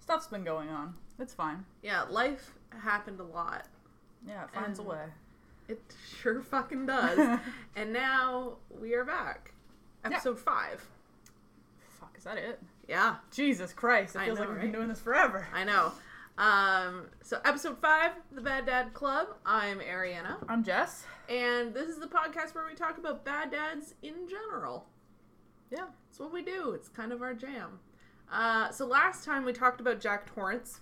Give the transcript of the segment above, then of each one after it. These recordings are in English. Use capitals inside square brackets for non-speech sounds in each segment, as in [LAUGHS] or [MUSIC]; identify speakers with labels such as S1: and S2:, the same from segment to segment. S1: Stuff's been going on. It's fine.
S2: Yeah, life happened a lot.
S1: Yeah, it finds
S2: And-
S1: a way.
S2: It sure fucking does. and now we are back.
S1: Yeah.
S2: Episode five.
S1: [LAUGHS] Fuck, is that it?
S2: Yeah,
S1: Jesus Christ, it
S2: I
S1: feels
S2: know,
S1: like we've been
S2: right?
S1: doing this forever.
S2: I know. Um, so episode five, the Bad Dad Club. I'm Ariana,
S1: I'm Jess.
S2: and this is the podcast where we talk about bad dads in general.
S1: Yeah.
S2: It's what we do. It's kind of our jam. Uh, so last time we talked about Jack Torrance,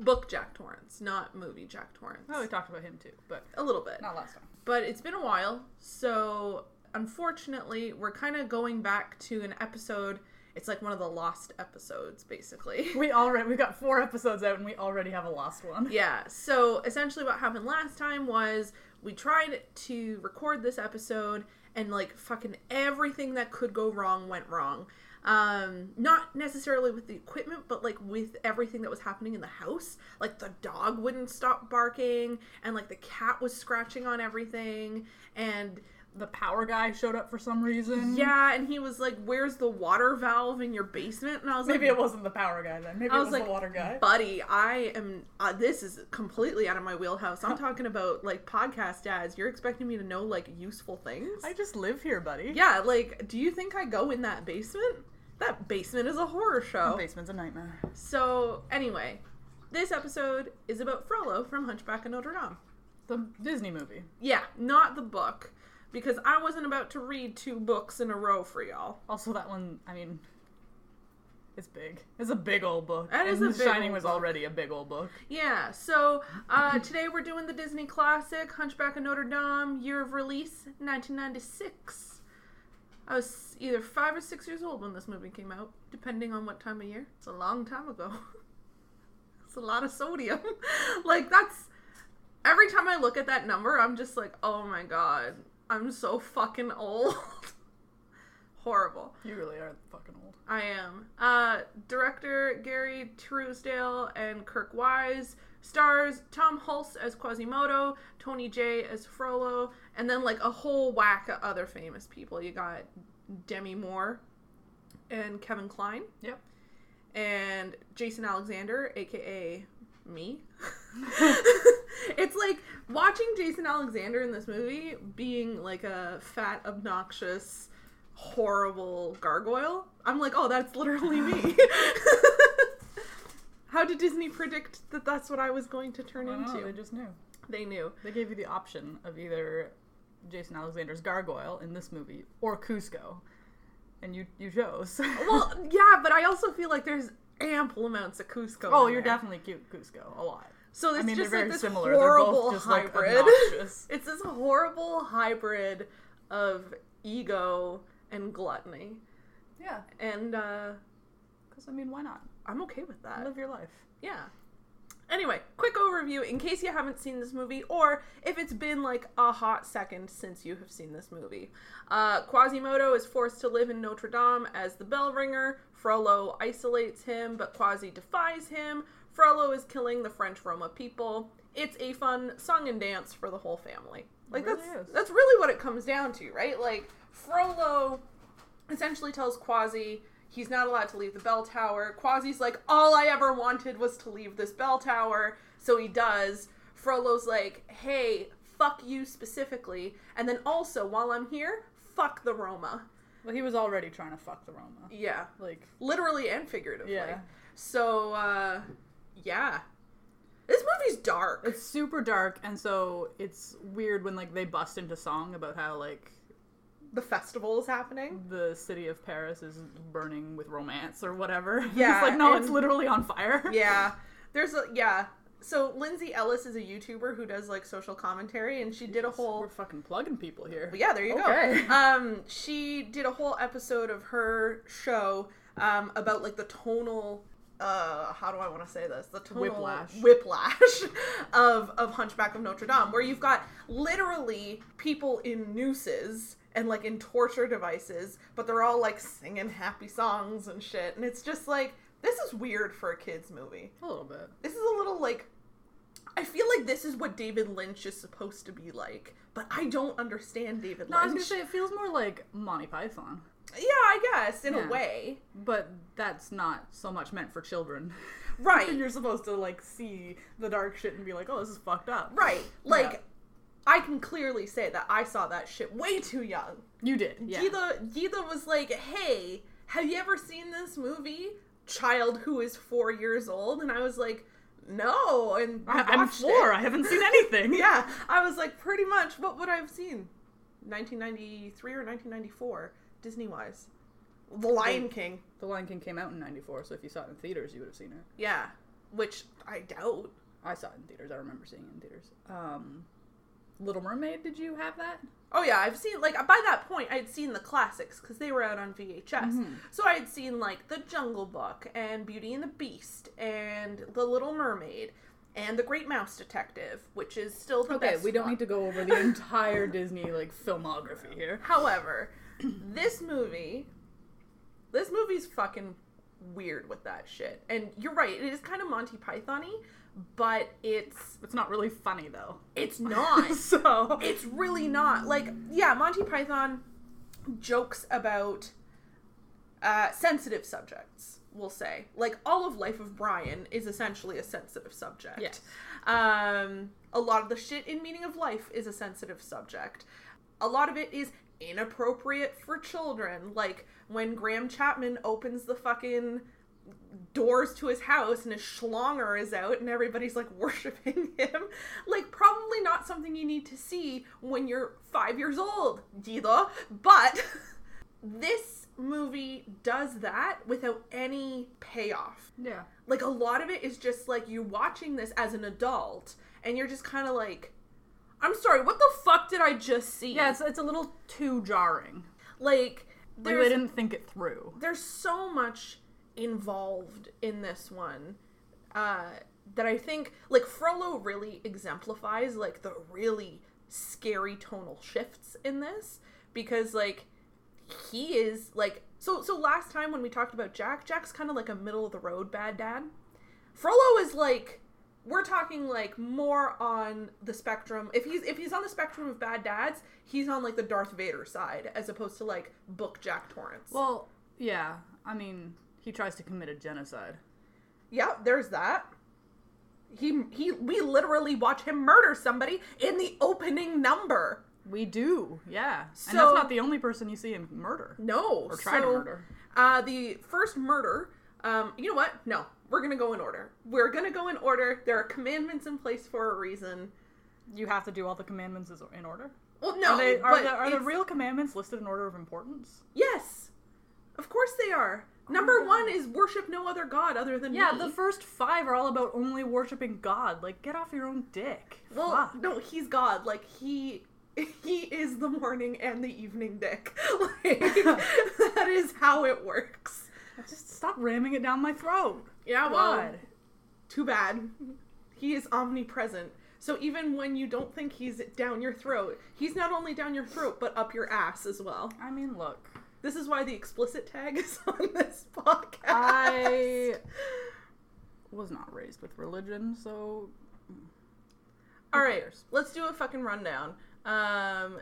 S2: book Jack Torrance, not movie Jack Torrance.
S1: Well, Oh, we talked about him too, but
S2: a little bit.
S1: not last time.
S2: but it's been a while so unfortunately we're kind of going back to an episode it's like one of the lost episodes basically
S1: We already we got four episodes out and we already have a lost one.
S2: yeah so essentially what happened last time was we tried to record this episode and like fucking everything that could go wrong went wrong um not necessarily with the equipment but like with everything that was happening in the house like the dog wouldn't stop barking and like the cat was scratching on everything and
S1: The power guy showed up for some reason.
S2: Yeah, and he was like, "Where's the water valve in your basement?" And I was
S1: Maybe
S2: like,
S1: it wasn't the power guy then. Maybe
S2: I
S1: it
S2: was
S1: was
S2: like,
S1: the water guy.
S2: "Buddy, I am. Uh, this is completely out of my wheelhouse. I'm talking about like podcast dads. You're expecting me to know like useful things?
S1: I just live here, buddy.
S2: yeah, like, do you think I go in that basement? That basement is a horror
S1: The
S2: show.
S1: basement's a nightmare.
S2: So anyway, this episode is about Frollo from Hunchback of Notre Dame.
S1: The Disney movie.
S2: Yeah, not the book, because I wasn't about to read two books in a row for y'all.
S1: Also, that one, I mean, it's big. It's a big old book.
S2: That is
S1: and
S2: a
S1: The
S2: big
S1: Shining
S2: old
S1: was
S2: book.
S1: already a big old book.
S2: Yeah, so uh, today we're doing the Disney classic, Hunchback of Notre Dame, year of release, 1996. I was either five or six years old when this movie came out, depending on what time of year. It's a long time ago. [LAUGHS] it's a lot of sodium. [LAUGHS] like, that's. Every time I look at that number, I'm just like, oh my god, I'm so fucking old. [LAUGHS] Horrible.
S1: You really are fucking old.
S2: I am. Uh, director Gary Truesdale and Kirk Wise. Stars Tom Hulse as Quasimodo, Tony J as Frollo, and then like a whole whack of other famous people. You got Demi Moore and Kevin Klein
S1: Yep.
S2: and Jason Alexander, aka
S1: [LAUGHS]
S2: me. it's like watching Jason Alexander in this movie being like a fat, obnoxious, horrible gargoyle. I'm like, oh, that's literally
S1: [LAUGHS]
S2: me. How did Disney predict that that's what I was going to turn
S1: I don't know,
S2: into?
S1: they just knew.
S2: They knew.
S1: They gave you the option of either Jason Alexander's Gargoyle in this movie or Cusco, and you you chose. [LAUGHS]
S2: Well, yeah, but I also feel like there's ample amounts of Cusco.
S1: oh,
S2: in
S1: you're
S2: there.
S1: definitely cute Cusco a lot.
S2: So it's
S1: I mean,
S2: just
S1: they're
S2: like
S1: very
S2: this
S1: similar.
S2: horrible
S1: they're both just
S2: hybrid.
S1: like obnoxious.
S2: It's this horrible hybrid of ego and gluttony.
S1: [LAUGHS] yeah,
S2: And uh,
S1: because I mean, why not
S2: I'm okay with that.
S1: live your life?
S2: Yeah. Anyway, quick overview in case you haven't seen this movie, or if it's been like a hot second since you have seen this movie. Uh, Quasimodo is forced to live in Notre Dame as the bell ringer. Frollo isolates him, but Quasi defies him. Frollo is killing the French Roma people. It's a fun song and dance for the whole family. Like
S1: It really
S2: that's
S1: is.
S2: that's really what it comes down to, right? Like Frollo essentially tells Quasi he's not allowed to leave the bell tower. Quasi's like, all I ever wanted was to leave this bell tower, so he does. Frollo's like, hey, fuck you specifically, and then also while I'm here, fuck the Roma.
S1: Well, he was already trying to fuck the Roma.
S2: Yeah,
S1: Like,
S2: literally and figuratively.
S1: Yeah.
S2: So, uh, yeah, this movie's dark.
S1: it's super dark, and so it's weird when like they bust into song about how like
S2: the festival is happening.
S1: the city of Paris is burning with romance or whatever. [LAUGHS]
S2: Yeah,
S1: it's like no, it's
S2: and-
S1: literally on fire.
S2: Yeah, there's a yeah. So Lindsay Ellis is a YouTuber who does like social commentary, and she did a whole
S1: [LAUGHS] We're fucking plugging people here.
S2: But yeah, there you
S1: Okay. [LAUGHS]
S2: go. Um, she did a whole episode of her show um, about like the tonal. Uh, how do I want to say this? The tonal
S1: Whiplash.
S2: whiplash [LAUGHS] of of Hunchback of Notre Dame, where you've got literally people in nooses and like in torture devices, but they're all like singing happy songs and shit, and it's just like this is weird for a kids movie.
S1: A little bit.
S2: This is a little like I feel like this is what David Lynch is supposed to be like, but I don't understand David
S1: No, I was
S2: Lynch.
S1: gonna say it feels more like Monty Python,
S2: yeah, I guess in
S1: Yeah.
S2: a way.
S1: but that's not so much meant for children. [LAUGHS] And
S2: Right.
S1: you're supposed to like see the dark shit and be like, oh, this is fucked up.
S2: Right. Like
S1: Yeah.
S2: I can clearly say that I saw that shit way too young.
S1: You did. Yeah.
S2: Gita Gita was like, "Hey, have you ever seen this movie, Child Who Is Four Years Old?" And I was like, "No." And we
S1: I, I'm
S2: watched
S1: four.
S2: it.
S1: I haven't seen anything. [LAUGHS]
S2: yeah, I was like, pretty much. What would I have seen? 1993 or 1994, Disney wise. The Lion King.
S1: The Lion King came out in '94, so if you saw it in theaters, you would have seen it.
S2: Yeah, which I doubt.
S1: I saw it in theaters. I remember seeing it in theaters. Um, Little Mermaid. Did you have that?
S2: Oh yeah, I've seen like by that point I had seen the classics because they were out on VHS.
S1: Mm-hmm.
S2: So I had seen like The Jungle Book and Beauty and the Beast and The Little Mermaid and The Great Mouse Detective, which is still the
S1: Okay,
S2: best
S1: we don't
S2: one.
S1: need to go over [LAUGHS] the entire Disney like filmography here.
S2: However, this movie, this movie's fucking weird with that shit. And you're right, it is kind of Monty Python-y, but it's
S1: It's not really funny [LAUGHS] though.
S2: it's not.
S1: so
S2: it's really not like yeah monty python jokes about uh, sensitive subjects we'll say like all of life of brian is essentially a sensitive subject
S1: Yes.
S2: um, a lot of the shit in meaning of life is a sensitive subject a lot of it is inappropriate for children like when graham chapman opens the fucking doors to his house and his schlonger is out and everybody's like [LAUGHS] worshiping him. Like, probably not something you need to see when you're five years old, Gita. But [LAUGHS] this movie does that without any payoff.
S1: yeah,
S2: Like, a lot of it is just like you watching this as an adult and you're just kind of like, I'm sorry, what the fuck did I just see?
S1: yeah. It's, it's a little too jarring.
S2: Like,
S1: Like,
S2: there's
S1: they didn't think it through.
S2: there's so much involved in this one uh, that I think like Frollo really exemplifies like the really scary tonal shifts in this because like he is like so so last time when we talked about Jack Jack's kind of like a middle of the road bad dad Frollo is like we're talking like more on the spectrum. If he's if he's on the spectrum of bad dads, he's on like the Darth Vader side as opposed to like book Jack Torrance.
S1: Well, yeah. I mean, he tries to commit a genocide.
S2: Yeah, there's that. He he we literally watch him murder somebody in the opening number.
S1: We do, yeah. and
S2: So-
S1: that's not the only person you see him murder.
S2: No.
S1: Or try to
S2: so,
S1: murder.
S2: Uh the first murder, um, you know what? No. We're gonna go in order. We're gonna go in order. There are commandments in place for a reason.
S1: You have to do all the commandments as- in order.
S2: Well no,
S1: are they, are,
S2: but
S1: the, are the
S2: it's-
S1: real commandments listed in order of importance?
S2: Yes. Of course they are. Number one is worship no other god other than
S1: Oh Yeah,
S2: me.
S1: the first five are all about only worshiping God. Like, get off your own dick.
S2: Well,
S1: Fuck.
S2: no, he's God. Like he [LAUGHS] he is the morning and the evening dick. [LAUGHS]
S1: [LAUGHS]
S2: Like that is how it works.
S1: just stop ramming it down my throat.
S2: Yeah,
S1: God.
S2: too bad. He is omnipresent. So even when you don't think he's down your throat, he's not only down your throat but up your ass as well.
S1: I mean, look,
S2: This is why the explicit tag [LAUGHS] is on this podcast.
S1: I was not raised with religion, so
S2: All right,
S1: cares?
S2: let's do a fucking rundown. Um,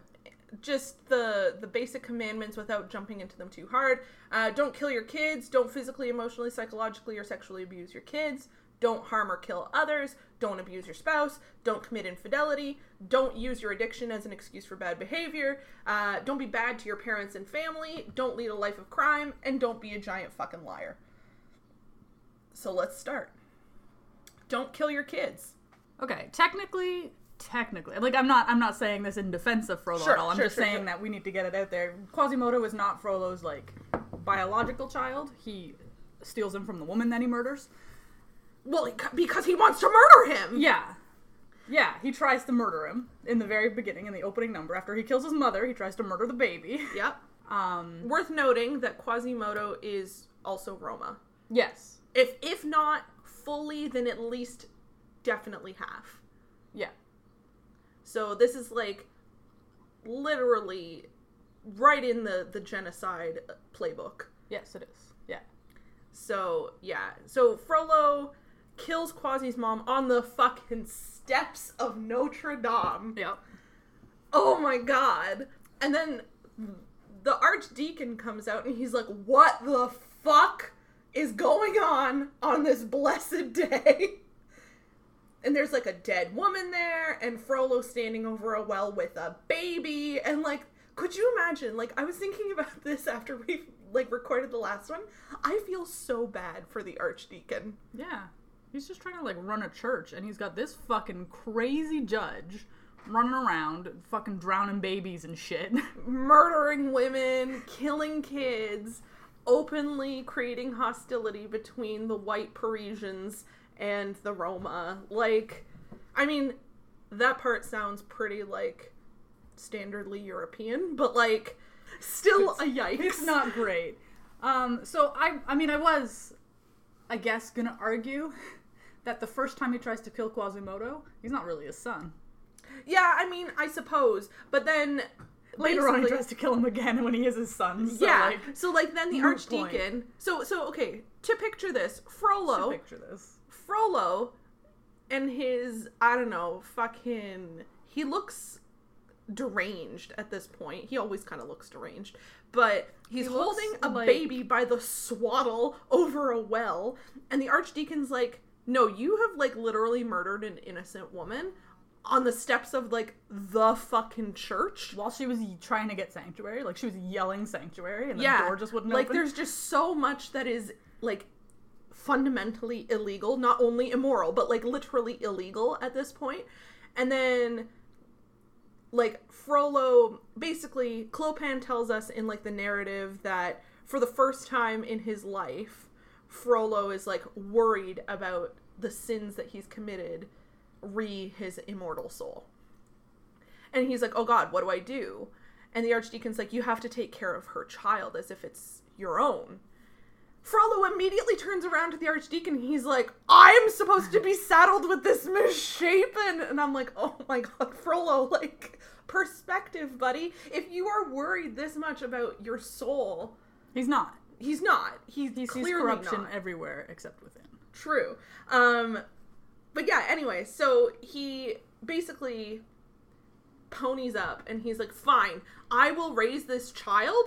S2: just the the basic commandments without jumping into them too hard. Uh, don't kill your kids. Don't physically, emotionally, psychologically, or sexually abuse your kids. Don't harm or kill others. Don't abuse your spouse. Don't commit infidelity. Don't use your addiction as an excuse for bad behavior. Uh, don't be bad to your parents and family. Don't lead a life of crime. And don't be a giant fucking liar. So let's start. Don't kill your kids.
S1: Okay, technically, technically, like I'm not, I'm not saying this in defense of Frollo
S2: Sure,
S1: at all. I'm
S2: sure,
S1: just
S2: sure,
S1: saying
S2: sure.
S1: that we need to get it out there. Quasimodo is not Frollo's like biological child. He steals him from the woman that he murders.
S2: Well, he- because he wants to murder him.
S1: Yeah, yeah, he tries to murder him in the very beginning, in the opening number. After he kills his mother, he tries to murder the baby.
S2: Yep.
S1: Um,
S2: Worth noting that Quasimodo is also Roma.
S1: yes,
S2: If if not fully, then at least definitely half.
S1: yeah,
S2: So this is like literally right in the the genocide playbook.
S1: yes, it is. Yeah,
S2: So yeah. So Frollo kills Quasi's mom on the fucking steps of Notre Dame.
S1: yep.
S2: oh my god and then the archdeacon comes out and he's like what the fuck
S3: is going on on this blessed day? [LAUGHS] And there's like a dead woman there, and Frollo standing over a well with a baby, and like, could you imagine? Like, I was thinking about [LAUGHS] this after we like recorded the last one. I feel so bad for the archdeacon.
S1: Yeah. He's just trying to like run a church and he's got this fucking crazy judge running around fucking drowning babies and [LAUGHS] shit.
S2: murdering women, killing kids, openly creating hostility between the white Parisians and the Roma. Like, I mean, that part sounds pretty like standardly European, but like still a yikes.
S1: it's not great. Um so I I mean I was I guess gonna argue that the first time he tries to kill Quasimodo, he's not really his son.
S2: Yeah, I mean, I suppose, but then
S1: Later on he
S2: basically-
S1: tries to kill him again when he is his son. So
S2: yeah.
S1: like
S2: so like then the
S1: moot point.
S2: archdeacon. So so okay, to picture this, Frollo
S1: to picture this.
S2: Frollo and his I don't know, fucking he looks deranged at this point. He always kind of looks deranged, but he's
S1: He looks
S2: holding a
S1: like-
S2: baby by the swaddle over a well, and the archdeacon's like, "No, you have like literally murdered an innocent woman." On the steps of like the fucking church.
S1: While she was trying to get sanctuary, like she was yelling sanctuary, and the
S2: yeah,
S1: door just wouldn't
S2: like
S1: open.
S2: there's just so much that is like fundamentally illegal, not only immoral, but like literally illegal at this point. And then like Frollo basically Clopin tells us in like the narrative that for the first time in his life, Frollo is like worried about the sins that he's committed re his immortal soul. And he's like, "Oh God, what do I do?" And the archdeacon's like, "You have to take care of her child as if it's your own." Frollo immediately turns around to the archdeacon. and He's like, "I'm supposed
S1: [LAUGHS]
S2: to be saddled with this misshapen," and I'm like, "Oh my God, Frollo, like perspective, buddy. If you are worried this much about your soul,
S1: he's not.
S2: he's not. He's
S1: He sees
S2: clearly
S1: corruption
S2: not.
S1: everywhere except within.
S2: True. Um, but yeah, anyway, so he basically ponies up and he's like, fine, I will raise this child,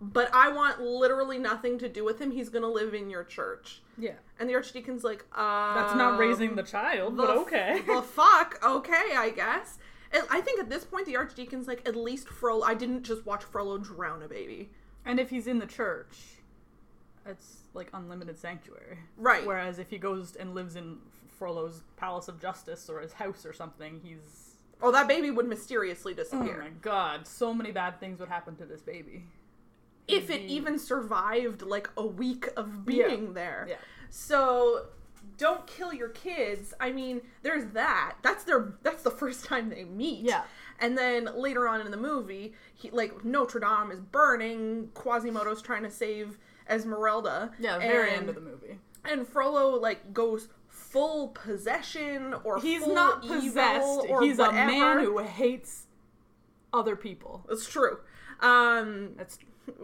S2: but I want literally nothing to do with him. He's going to live in your church.
S1: Yeah,
S2: And the archdeacon's like, uh.
S1: that's not raising the child, but
S2: [LAUGHS]
S1: okay. [LAUGHS]
S2: Well, fuck. Okay, I guess. And I think at this point, the archdeacon's like, at least Frollo. I didn't just watch Frollo drown a baby.
S1: and if he's in the church, it's like unlimited sanctuary.
S2: Right.
S1: Whereas if he goes and lives in Frollo's Palace of Justice or his house or something, he's
S2: Or that baby would mysteriously
S1: oh
S2: disappear.
S1: my god, so many bad things would happen to this baby.
S2: if it even survived like a week of being there.
S1: Mm-hmm. Yeah.
S2: So don't kill your kids. I mean, there's that. That's their that's the [LAUGHS] first time they meet.
S1: Yeah.
S2: And then later on in the movie, he like Notre Dame is burning, Quasimodo's trying to save Esmeralda.
S1: Yeah, very
S2: and,
S1: end of the movie.
S2: And Frollo like goes full possession or
S1: He's
S2: full
S1: not
S2: evil
S1: possessed.
S2: or
S1: He's a man
S2: whatever.
S1: who hates other people.
S2: It's true. Um
S1: That's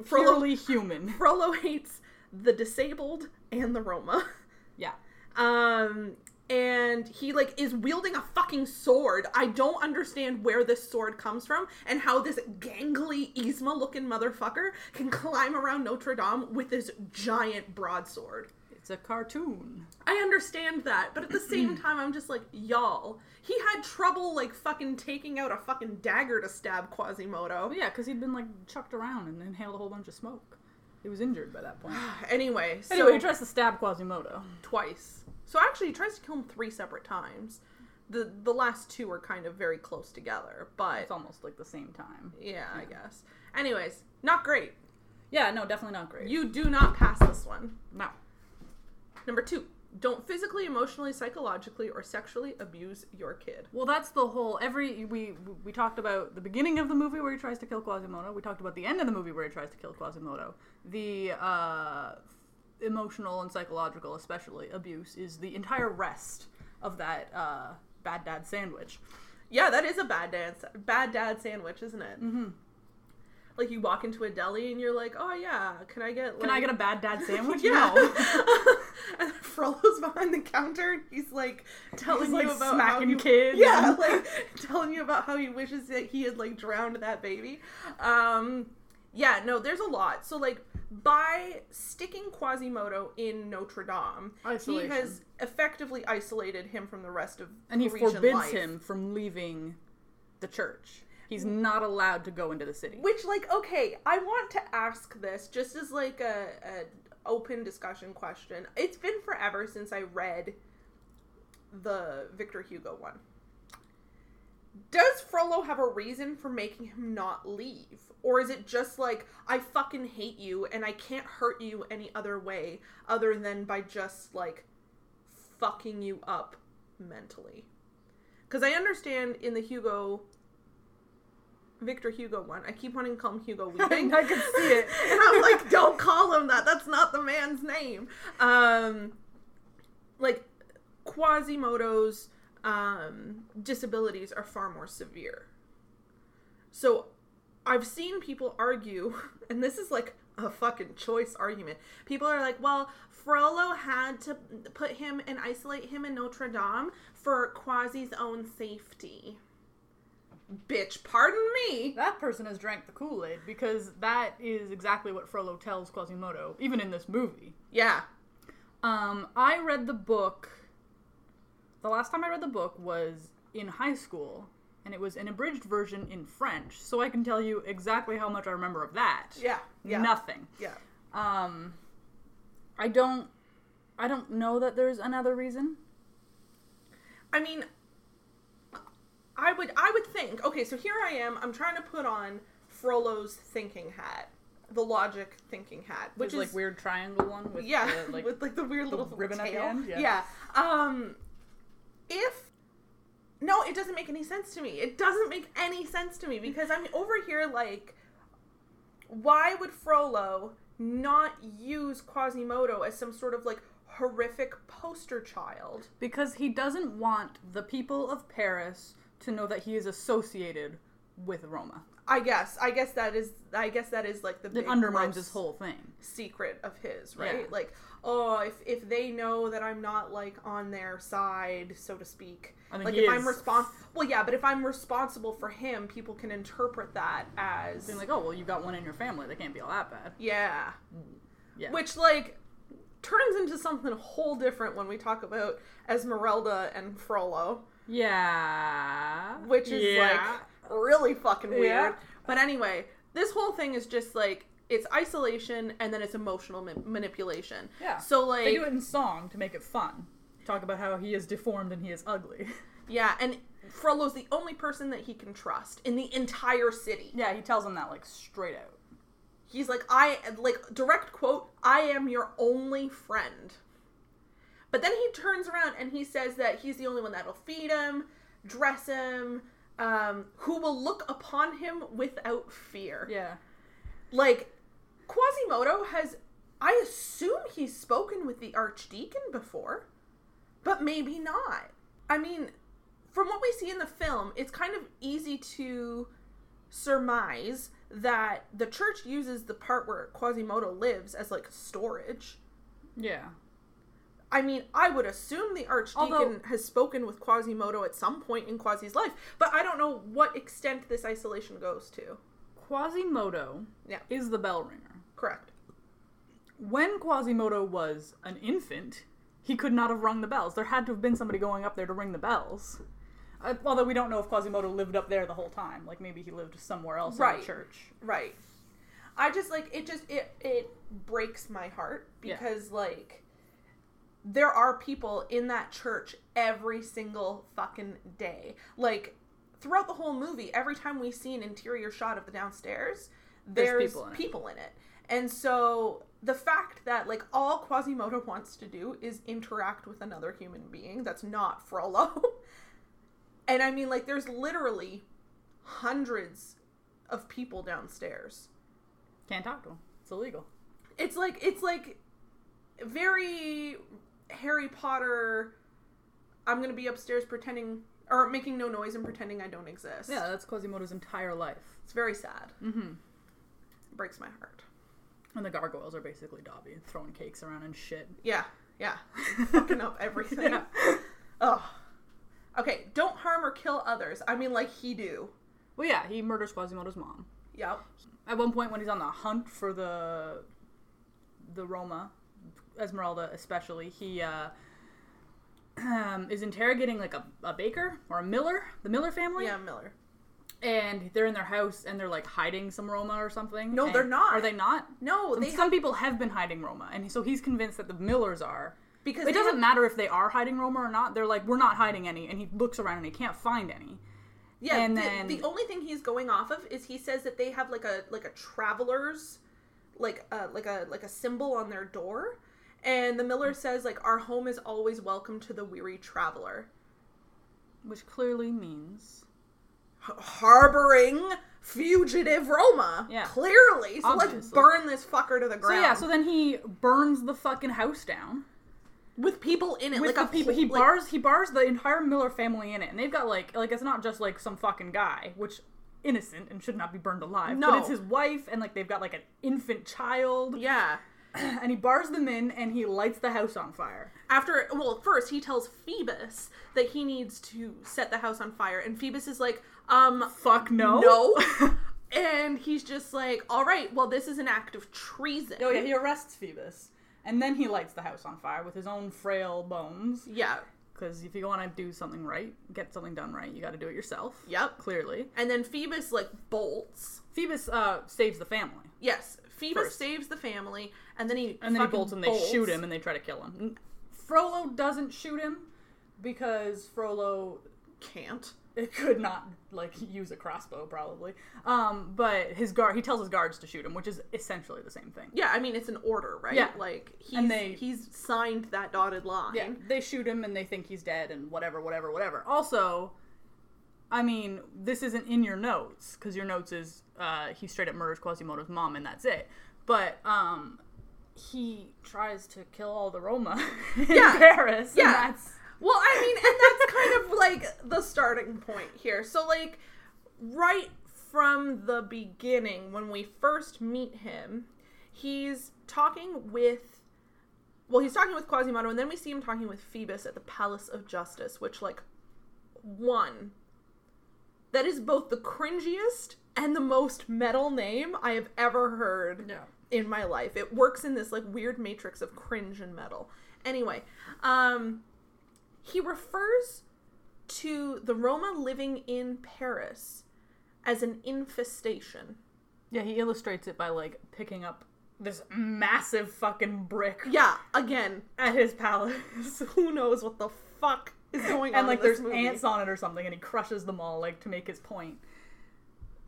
S2: Frollo-
S1: purely
S2: [LAUGHS]
S1: human.
S2: Frollo hates the disabled and the Roma. [LAUGHS]
S1: Yeah.
S2: Um, and he like is wielding a fucking sword. I don't understand where this sword comes from and how this gangly Yzma looking motherfucker can climb around Notre Dame with this giant broadsword.
S1: It's a cartoon.
S2: I understand that, but at the same time, I'm just like, y'all. He had trouble like fucking taking out a fucking dagger to stab Quasimodo. [SIGHS]
S1: But yeah, because he'd been like chucked around and inhaled a whole bunch of smoke. He was injured by
S2: [GASPS]
S1: that point.
S2: Anyway, so
S1: anyway, he tries to stab Quasimodo.
S2: twice. So actually, he tries to kill him three separate times. The the last two are kind of very close together, but
S1: It's almost like the same time.
S2: Yeah, I guess. Anyways, not great.
S1: Yeah, no, definitely not great.
S2: You do not pass this one.
S1: no.
S2: Number two, don't physically, emotionally, psychologically, or sexually abuse your kid.
S1: Well, that's the whole. Every we we talked about the beginning of the movie where he tries to kill Quasimodo. We talked about the end of the movie where he tries to kill Quasimodo. The uh, emotional and psychological, especially abuse, is the entire rest of that uh, bad dad sandwich.
S2: Yeah, that is a bad dance, bad dad sandwich, isn't it? Mm-hmm. Like you walk into a deli and you're like, oh yeah, can I get? Like,
S1: Can I get a bad dad
S2: [LAUGHS]
S1: sandwich?
S2: Yeah.
S1: No. [LAUGHS]
S2: [LAUGHS] and then Frollo's behind the counter. and He's like telling
S1: He's, like,
S2: you about
S1: smacking
S2: how he,
S1: kids
S2: Yeah, [LAUGHS]
S1: and-
S2: like telling you about how he wishes that he had like drowned that baby. Um, yeah, no, there's a lot. So like by sticking Quasimodo in Notre Dame,
S1: Isolation.
S2: he has effectively isolated him from the rest of
S1: and he
S2: Parisian
S1: forbids
S2: life.
S1: him from leaving the church. He's not allowed to go into the city. [LAUGHS]
S2: Which, like, okay, I want to ask this just as like a, a open discussion question. It's been forever since I read the Victor Hugo one. Does Frollo have a reason for making him not leave? Or is it just like, I fucking hate you and I can't hurt you any other way other than by just like fucking you up mentally? Because I understand in the Hugo, Victor Hugo one, I keep wanting to call him Hugo Weaving.
S1: I can see it.
S2: and I'm like, don't call him that. That's not the man's name. Um, like Quasimodo's um, disabilities are far more severe. So I've seen people argue, [LAUGHS] and this is like a fucking choice argument. People are like, well, Frollo had to put him and isolate him in Notre Dame for Quasi's own safety. Bitch, pardon me.
S1: [LAUGHS] That person has drank the Kool Aid because that is exactly what Frollo tells Quasimodo, even in this movie.
S2: Yeah.
S1: Um, I read the book. The last time I read the book was in high school, and it was an abridged version in French, so I can tell you exactly how much I remember of that.
S2: Yeah. Yeah.
S1: Nothing.
S2: Yeah.
S1: Um, I don't. I don't know that there's another reason.
S2: I mean, I would I would think. Okay, so here I am. I'm trying to put on Frollo's thinking hat, the logic thinking hat, which
S1: There's,
S2: is
S1: like weird triangle one with
S2: yeah, [LAUGHS]
S1: [LAUGHS] the, like,
S2: with like the weird little
S1: ribbon
S2: tail.
S1: at the end, yeah.
S2: Um, if no, it doesn't make any sense to me. It doesn't make any sense to me because I'm over here like, why would Frollo not use Quasimodo as some sort of like horrific poster child?
S1: because he doesn't want the people of Paris to know that he is associated with Roma.
S2: I guess. I guess that is. I guess that is like the
S1: It
S2: big
S1: undermines
S2: gross
S1: this whole thing.
S2: secret of his, right?
S1: Yeah.
S2: Like, oh, if if they know that I'm not like on their side, so to speak.
S1: I mean,
S2: like
S1: he
S2: if I'm
S1: is.
S2: responsible. Well, yeah, but if I'm responsible for him, people can interpret that as
S1: Being like, oh well, you've got one in your family. They can't be all that bad.
S2: yeah,
S1: mm, Yeah.
S2: which like turns into something whole different when we talk about Esmeralda and Frollo.
S1: Yeah.
S2: which is
S1: Yeah.
S2: like really fucking weird.
S1: Yeah.
S2: But anyway, this whole thing is just like it's isolation and then it's emotional ma- manipulation.
S1: yeah.
S2: So like
S1: they do it in song to make it fun. Talk about how he is deformed and he is ugly. [LAUGHS]
S2: yeah, and Frollo's the only person that he can trust in the entire city.
S1: yeah, he tells him that like straight out.
S2: He's like I like direct quote, I am your only friend. But then he turns around and he says that he's the only one that'll feed him, dress him, um, who will look upon him without fear.
S1: Yeah.
S2: like Quasimodo has I assume he's spoken with the archdeacon before, but maybe not. I mean, from what we see in the film, it's kind of easy to surmise that the church uses the part where Quasimodo lives as like storage.
S1: Yeah.
S2: I mean, I would assume the archdeacon
S1: Although-
S2: has spoken with Quasimodo at some point in Quasi's life, but I don't know what extent this isolation goes to.
S1: Quasimodo
S2: Yeah.
S1: is the bell ringer.
S2: Correct.
S1: When Quasimodo was an infant, he could not have rung the bells. There had to have been somebody going up there to ring the bells. Uh, although we don't know if Quasimodo lived up there the whole time. Like maybe he lived somewhere else in
S2: Right.
S1: the church.
S2: Right. I just like it just it it breaks my heart
S1: Yeah.
S2: because like there are people in that church every single fucking day. Like throughout the whole movie, every time we see an interior shot of the downstairs, there's,
S1: people in it.
S2: people in it. And so the fact that like all Quasimodo wants to do is interact with another human being that's not Frollo. [LAUGHS] and I mean like there's literally hundreds of people downstairs.
S1: Can't talk to him. It's illegal.
S2: It's like it's like very Harry Potter. I'm gonna be upstairs pretending or making no noise and pretending I don't exist.
S1: Yeah, that's Quasimodo's entire life.
S2: it's very sad. Mm-hmm. Breaks my heart.
S1: And the gargoyles are basically Dobby throwing cakes around and [LAUGHS] shit.
S2: Yeah, yeah, [LAUGHS] fucking up everything. Oh, okay. Don't harm or kill others. I mean, like he do.
S1: Well, yeah, he murders Quasimodo's mom.
S2: Yep.
S1: At one point, when he's on the hunt for the the Roma, Esmeralda especially, he uh, [CLEARS THROAT] um, is interrogating like a, a baker or a miller, the Miller family,
S2: Yeah, Miller.
S1: and they're in their house and they're like hiding some Roma or something.
S2: No,
S1: And-
S2: they're not.
S1: Are they not?
S2: No,
S1: Some,
S2: they
S1: some people have been hiding Roma, and so he's convinced that the Millers are.
S2: because
S1: It
S2: they
S1: doesn't
S2: have-
S1: matter if they are hiding Roma or not. They're like, we're not hiding any, and he looks around and he can't find any.
S2: Yeah,
S1: and
S2: the,
S1: then-
S2: the only thing he's going off of is he says that they have like a like a travelers, like uh like a like a symbol on their door, and the Miller says like our home is always welcome to the weary traveler,
S1: Which clearly means
S2: H- harboring fugitive Roma.
S1: Yeah.
S2: clearly. So let's
S1: Obviously.
S2: burn this fucker to the
S1: So
S2: ground.
S1: yeah, so then he burns the fucking house down
S2: with people in it,
S1: with
S2: like a
S1: the people. He
S2: whole- like-
S1: bars he bars the entire Miller family in it, and they've got like like it's not just like some fucking guy, which innocent and should not be burned alive.
S2: No.
S1: but it's his wife, and like they've got like an infant child,
S2: Yeah.
S1: and he bars them in, and he lights the house on fire.
S2: After, well, first he tells Phoebus that he needs to set the house on fire, and Phoebus is like, um,
S1: Fuck no, [LAUGHS]
S2: No. and he's just like, all right, well, this is an act of treason.
S1: Oh yeah, he arrests Phoebus, and then he lights the house on fire with his own frail bones.
S2: Yeah.
S1: Because if you want to do something right, get something done right, you got to do it yourself.
S2: Yep.
S1: Clearly,
S2: And then Phoebus, like, bolts.
S1: Phoebus uh, saves the family.
S2: Yes. Phoebus
S1: First.
S2: saves the family, and then he
S1: and then he
S2: fucking
S1: bolts and they shoot him and they try to kill him. N- Frollo doesn't shoot him because Frollo
S2: Can't.
S1: could not like use a crossbow probably. Um, but his guard he tells his guards to shoot him, which is essentially the same thing.
S2: Yeah, I mean it's an order, right?
S1: Yeah.
S2: Like he's
S1: And they-
S2: he's signed that dotted line.
S1: Yeah, they shoot him and they think he's dead and whatever, whatever, whatever. Also, I mean, this isn't in your notes because your notes is uh, he straight up murders Quasimodo's mom and that's it. But um, he tries to kill all the Roma [LAUGHS] in
S2: Yeah.
S1: Paris.
S2: Yeah.
S1: and that's
S2: Well, I mean, and that's kind of like the starting point here. So, like, right from the beginning, when we first meet him, he's talking with. Well, he's talking with Quasimodo, and then we see him talking with Phoebus at the Palace of Justice, which, like, one, that is both the cringiest and the most metal name I have ever heard
S1: Yeah.
S2: in my life. It works in this, like, weird matrix of cringe and metal. Anyway, um, he refers to the Roma living in Paris as an infestation.
S1: Yeah, he illustrates it by like picking up this massive fucking brick
S2: Yeah, again, [LAUGHS]
S1: at his palace. [LAUGHS]
S2: who knows what the fuck is going on?
S1: and like
S2: in this
S1: there's
S2: movie.
S1: ants on it or something and he crushes them all like to make his point.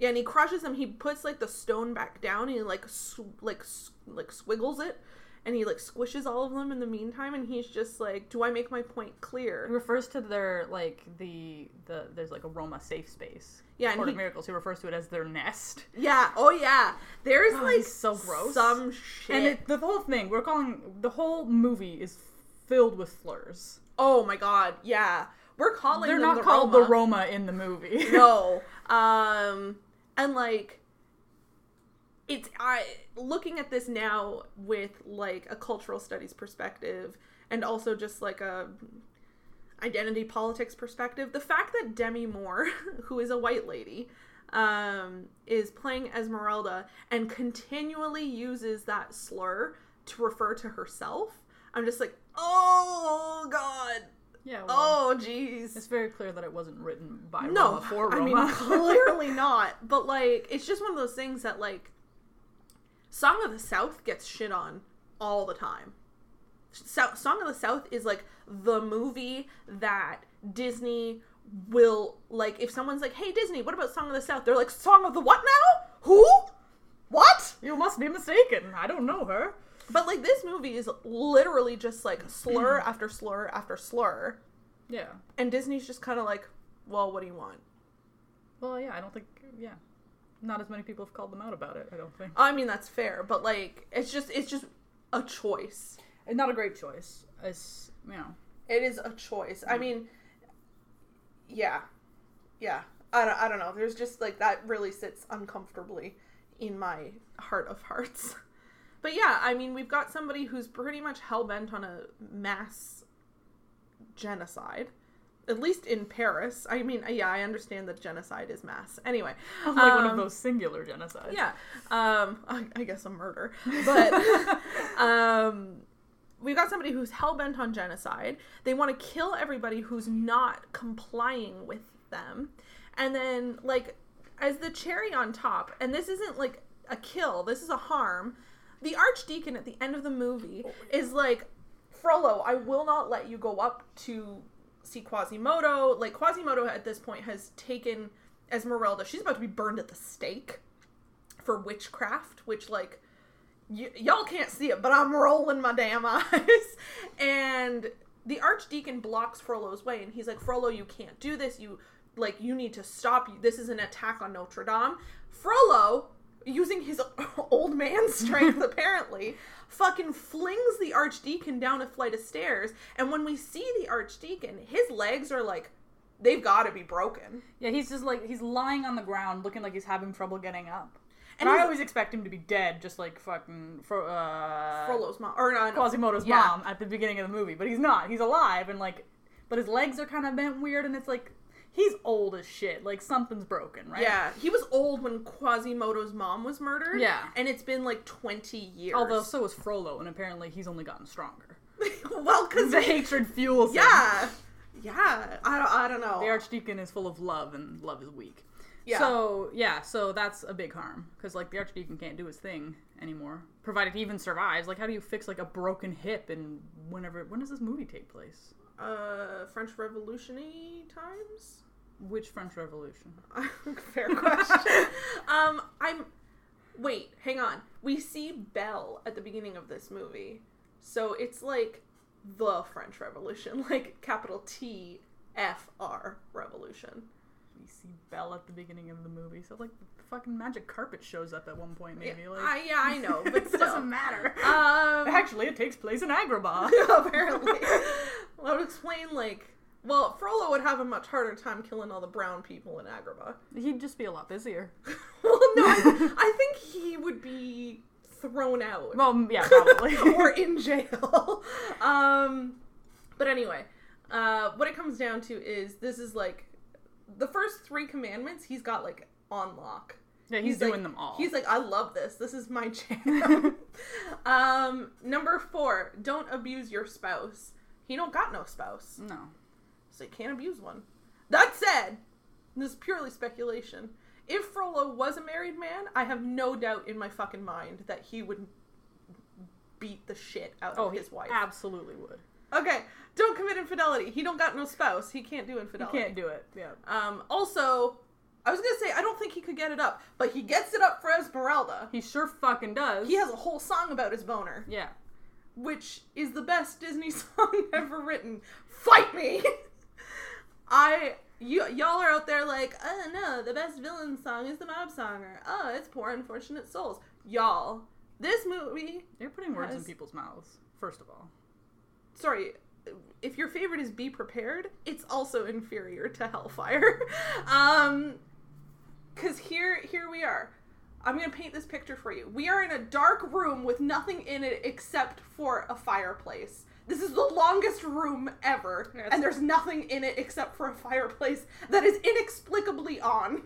S2: Yeah, and he crushes them. He puts like the stone back down and he like sw- like s- like swiggles it, and he like squishes all of them in the meantime. And he's just like, "Do I make my point
S1: He
S2: clear?"
S1: refers to their like the the there's like a Roma safe space.
S2: Yeah, and
S1: Court of
S2: he-
S1: Miracles. He refers to it as their nest.
S2: Yeah. Oh yeah. There is
S1: Oh,
S2: like
S1: he's so gross.
S2: some shit.
S1: And it, the whole thing we're calling the whole movie is filled with slurs.
S2: oh my god. Yeah. We're calling.
S1: They're
S2: them
S1: not
S2: the
S1: called
S2: Roma.
S1: the Roma in
S2: [LAUGHS]
S1: the movie. [LAUGHS]
S2: no. Um, and like, it's I looking at this now with like a cultural studies perspective, and also just like a identity politics perspective. The fact that Demi Moore, [LAUGHS] who is a white lady, um, is playing Esmeralda and continually uses that slur to refer to herself. I'm just like, oh god,
S1: yeah. Well,
S2: oh jeez.
S1: It's very clear that it wasn't written by
S2: No,
S1: Roma for
S2: I
S1: Roma.
S2: mean [LAUGHS]
S1: [LAUGHS]
S2: clearly not. But like, it's just one of those things that like, Song of the South gets shit on all the time. So- Song of the South is like the movie that Disney will like. If someone's like, "Hey Disney, what about Song of the South?" They're like, "Song of the what now? Who? What?"
S1: You must be mistaken. I don't know her.
S2: But like, this movie is literally just like slur after slur after slur,
S1: Yeah.
S2: and Disney's just kind of like, "Well, what do you want?"
S1: Well, yeah, I don't think, yeah. Not as many people have called them out about it, I don't think.
S2: I mean that's fair, but like it's just it's just a choice.
S1: Not a great choice. It's, you know.
S2: It is a choice.
S1: Mm.
S2: I mean, yeah, yeah. I don't, I don't know. There's just like that really sits uncomfortably in my heart of hearts. [LAUGHS] But yeah, I mean we've got somebody who's pretty much hell bent on a mass genocide, at least in Paris. I mean, uh, yeah, I understand that genocide is mass. Anyway,
S1: [LAUGHS] Like one of
S2: um,
S1: those singular genocides.
S2: yeah, um, I, I guess a murder, [LAUGHS] but um, we've got somebody who's hell bent on genocide. They want to kill everybody who's not complying with them, and then like as the cherry on top. And this isn't like a kill. This is a harm. The archdeacon at the end of the movie is like, Frollo, I will not let you go up to see Quasimodo. Like Quasimodo at this point has taken Esmeralda. She's about to be burned at the stake for witchcraft, which like y- y'all can't see it, but I'm rolling my damn [LAUGHS] eyes. and the archdeacon blocks Frollo's way, and he's like, "Frollo, you can't do this. You like you need to stop. You this is an attack on Notre Dame." Frollo, using his [LAUGHS] old man strength apparently, fucking flings the archdeacon down a flight of stairs. And when we see the archdeacon, his legs are like. They've got to be broken.
S1: Yeah, he's just like he's lying on the ground, looking like he's having trouble getting up.
S2: And
S1: And I
S2: he's-
S1: always expect him to be dead, just like fucking Fro- uh,
S2: Frollo's mom, or no, no,
S1: Quasimodo's
S2: Yeah.
S1: mom at the beginning of the movie, but he's not. He's alive and like, but his legs are kind of bent weird, and it's like he's old as shit. Like something's broken, right?
S2: Yeah, he was old when Quasimodo's mom was murdered.
S1: Yeah.
S2: and it's been like twenty years.
S1: Although so was Frollo, and apparently he's only gotten stronger.
S2: [LAUGHS] well, because
S1: [LAUGHS] The hatred fuels him.
S2: yeah, yeah, I don't, I don't know.
S1: The archdeacon is full of love, and love is weak.
S2: Yeah.
S1: So yeah, so that's a big harm because like the archdeacon can't do his thing anymore, provided he even survives. Like, how do you fix like a broken hip and whenever? When does this movie take place?
S2: uh, French Revolutionary times. [LAUGHS]
S1: Which French Revolution?
S2: Fair
S1: [LAUGHS]
S2: question. um, I'm. Wait, hang on. We see Belle at the beginning of this movie, so it's like the French Revolution, [LAUGHS] like capital T F R Revolution.
S1: We see Belle at the beginning of the movie, so like the fucking magic carpet shows up at one point, maybe. like,
S2: I, yeah, I know, but
S1: [LAUGHS] it
S2: still.
S1: doesn't matter.
S2: Um,
S1: [LAUGHS] Actually, it takes place in Agrabah.
S2: [LAUGHS] apparently. well, I would explain, like, well, Frollo would have a much harder time killing all the brown people in Agrabah.
S1: [LAUGHS]
S2: [LAUGHS]
S1: He'd just be a lot busier.
S2: well, no, I, I think he would be thrown out
S1: Well, yeah, [LAUGHS] probably.
S2: [LAUGHS] or in jail. [LAUGHS] um, but anyway, uh, what it comes down to is this is like the first three commandments he's got like on lock.
S1: yeah, he's, doing
S2: like-
S1: them all.
S2: He's like, I love this. This is my [LAUGHS]
S1: [LAUGHS]
S2: jam. um, number four, don't abuse your spouse. He don't got no spouse,
S1: no.
S2: so he can't abuse one. That said, this is purely speculation. If Frollo was a married man, I have no doubt in my fucking mind that he would beat the shit out
S1: Oh,
S2: of
S1: he
S2: his wife.
S1: absolutely would.
S2: okay, don't commit infidelity. He don't got no spouse. He can't do
S1: He
S2: infidelity.
S1: can't do it. Yeah.
S2: Um, also, I was gonna say I don't think he could get it up, but he gets it up for Esmeralda.
S1: He sure fucking does.
S2: He has a whole song about his boner,
S1: Yeah.
S2: which is the best Disney [LAUGHS] song ever written. Fight me! [LAUGHS] I you y'all are out there like, oh no, the best villain song is the mob song, or oh, it's poor unfortunate souls. Y'all, this movie.
S1: You're putting words in
S2: Has-
S1: people's mouths, first of all.
S2: Sorry, if your favorite is Be Prepared, it's also inferior to Hellfire. [LAUGHS] um, because here here we are i'm gonna paint this picture for you we are in a dark room with nothing in it except for a fireplace this is the longest room ever
S1: Yes.
S2: and there's nothing in it except for a fireplace that is inexplicably on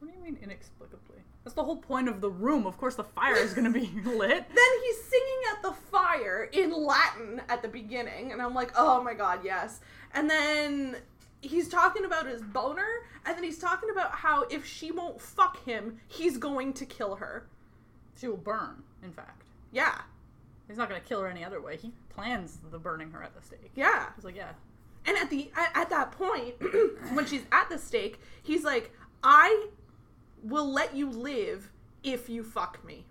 S1: What do you mean inexplicably? That's the whole point of the room. Of course, the fire is going to [LAUGHS] be lit.
S2: then he's singing at the fire in latin at the beginning and i'm like oh my god yes and then he's talking about his boner and then he's talking about how if she won't fuck him he's going to kill her
S1: She will burn, in fact.
S2: yeah
S1: He's not going to kill her any other way. He plans the burning her at the stake.
S2: yeah
S1: He's like, yeah.
S2: And at the at, at that point, [CLEARS THROAT] when she's at the stake, he's like, "I will let you live if you fuck me."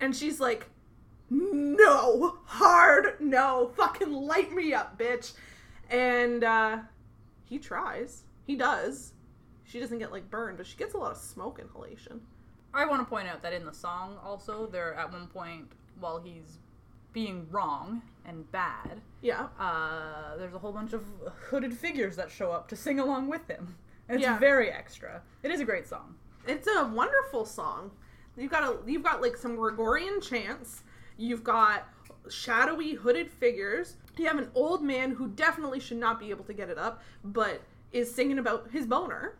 S2: And she's like, "No, hard no, fucking light me up, bitch." And uh, he tries. He does. She doesn't get like burned, but she gets a lot of smoke inhalation.
S1: I want to point out that in the song, also, there at one point, while he's being wrong and bad,
S2: Yeah.
S1: uh, there's a whole bunch of hooded figures that show up to sing along with him. And it's
S2: Yeah.
S1: very extra. It is a great song.
S2: It's a wonderful song. You've got a you've got like some Gregorian chants. You've got shadowy hooded figures You have an old man who definitely should not be able to get it up, but is singing about his boner.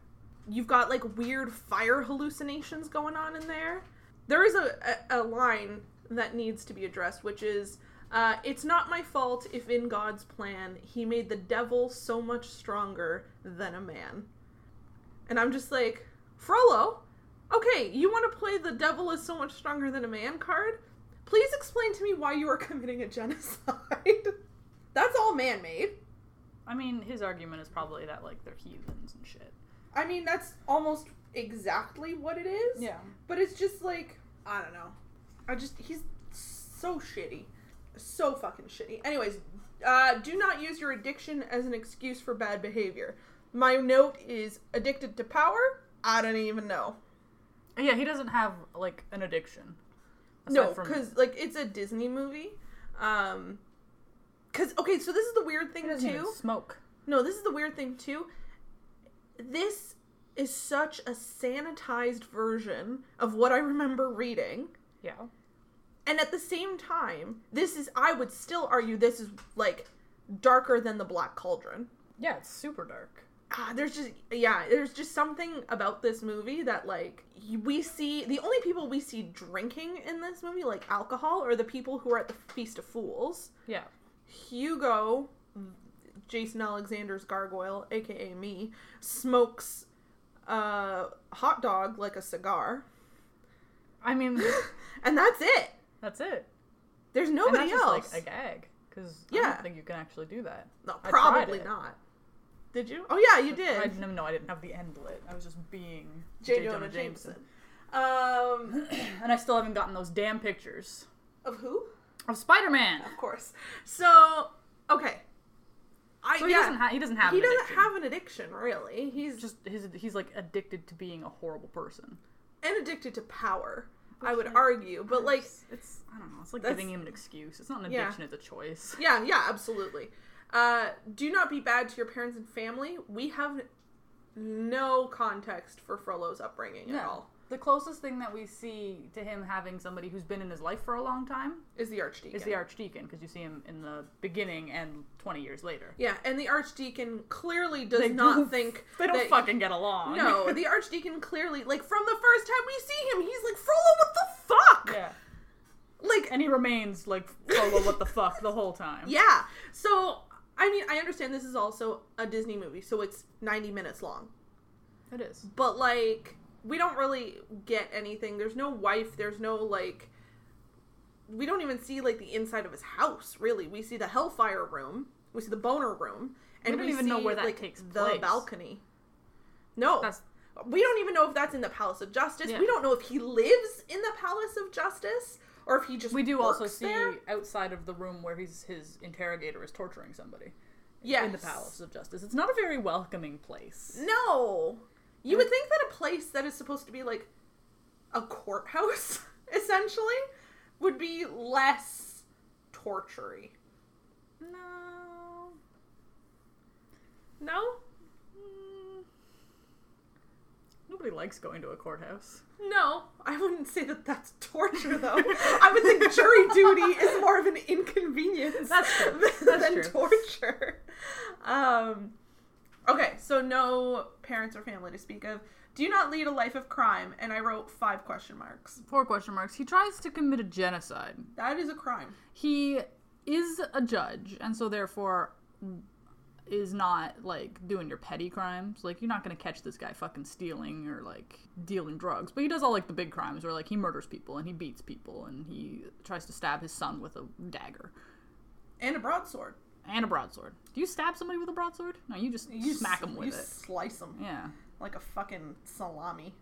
S2: You've got like weird fire hallucinations going on in there. There is a, a, a line that needs to be addressed, which is uh, It's not my fault if in God's plan he made the devil so much stronger than a man. And I'm just like, Frollo, okay, you want to play the devil is so much stronger than a man card? Please explain to me why you are [LAUGHS] committing a genocide. [LAUGHS] That's all man made.
S1: I mean, his argument is probably that like they're heathens and shit.
S2: I mean, that's almost exactly what it is. But it's just like, I don't know. I just, he's so shitty. So fucking shitty. Anyways, uh, do not use your addiction as an excuse for bad behavior. My note is addicted to power? I don't even know.
S1: Yeah, he doesn't have like an addiction.
S2: No,
S1: Aside from-
S2: because like it's a Disney movie. Um, because okay, so this is the weird thing
S1: he doesn't even
S2: too.
S1: smoke.
S2: No, this is the weird thing too. This is such a sanitized version of what I remember reading,
S1: Yeah.
S2: and at the same time, this is I would still argue this is like darker than the Black Cauldron.
S1: Yeah, it's super dark.
S2: Ah, there's just yeah, there's just something about this movie that like y- we see the only people we see drinking in this movie like alcohol are the people who are at the Feast of Fools.
S1: Yeah.
S2: Hugo, Jason Alexander's gargoyle, aka me, smokes a hot dog like a cigar, [LAUGHS]
S1: I mean,
S2: and that's it.
S1: that's it.
S2: There's
S1: And
S2: nobody
S1: that's just,
S2: else.
S1: like a gag because I
S2: Yeah.
S1: don't think you can actually do that.
S2: no,
S1: I tried
S2: probably
S1: it.
S2: not. Did you? Oh yeah, you
S1: I
S2: did.
S1: didn't, no, I didn't have the end lit. I was just being
S2: J. Jonah Jameson. Um,
S1: [LAUGHS] and I still haven't gotten those damn pictures
S2: of who?
S1: of Spider-Man.
S2: Of course. So okay, I
S1: So he
S2: yeah.
S1: doesn't have. He doesn't have.
S2: he
S1: an
S2: doesn't
S1: addiction.
S2: have an addiction really. He's
S1: Just his. He's like addicted to being a horrible person.
S2: and addicted to power. I would argue, but like
S1: it's, it's- I don't know. It's like
S2: That's-
S1: giving him an excuse. It's not an
S2: Yeah.
S1: addiction. It's a choice. [LAUGHS]
S2: Yeah, yeah, absolutely. Uh, do not be bad to your parents and family. We have no context for Frollo's upbringing at all.
S1: The closest thing that we see to him having somebody who's been in his life for a long time
S2: Is the archdeacon?
S1: is the archdeacon, because you see him in the beginning and 20 years later.
S2: yeah, and the archdeacon clearly does
S1: They
S2: not
S1: don't-
S2: think
S1: [LAUGHS] They don't
S2: that-
S1: fucking get along. [LAUGHS]
S2: No, the archdeacon clearly like from the first time we see him, he's like Frollo, what the fuck?
S1: yeah.
S2: Like
S1: And he remains like, Frollo, what the fuck, the whole time.
S2: yeah. So I mean, I understand this is also a Disney movie, so it's ninety minutes long.
S1: It is.
S2: but like we don't really get anything there's no wife there's no like we don't even see like the inside of his house really we see the hellfire room we see the boner room and
S1: don't even know where that
S2: like,
S1: takes
S2: the
S1: place.
S2: balcony no
S1: That's
S2: we don't even know if that's in the palace of justice
S1: Yeah.
S2: we don't know if he lives in the palace of justice or if he just
S1: we do also
S2: works
S1: see
S2: there.
S1: outside of the room where he's his interrogator is torturing somebody
S2: yes.
S1: in the palace of justice. It's not a very welcoming place.
S2: No. You would think that a place that is supposed to be like a courthouse, [LAUGHS] essentially, would be less tortury.
S1: No.
S2: No?
S1: Mm. Nobody likes going to a courthouse.
S2: No. I wouldn't say that that's torture, though. I would think jury duty is more of an inconvenience
S1: That's true.
S2: than
S1: That's true.
S2: torture. Um, okay, so no parents or family to speak of. Do not lead a life of crime. And I wrote five question marks.
S1: Four question marks. He tries to commit a genocide.
S2: That is a crime.
S1: He is a judge, and so therefore is not like doing your petty crimes. Like you're not gonna catch this guy fucking stealing or like dealing drugs. But he does all like the big crimes where like he murders people and he beats people and he tries to stab his son with a dagger.
S2: And a broadsword.
S1: And a broadsword. Do you stab somebody with a broadsword? No, you just
S2: You
S1: smack
S2: s-
S1: them with
S2: you
S1: it.
S2: Slice them
S1: yeah.
S2: like a fucking salami.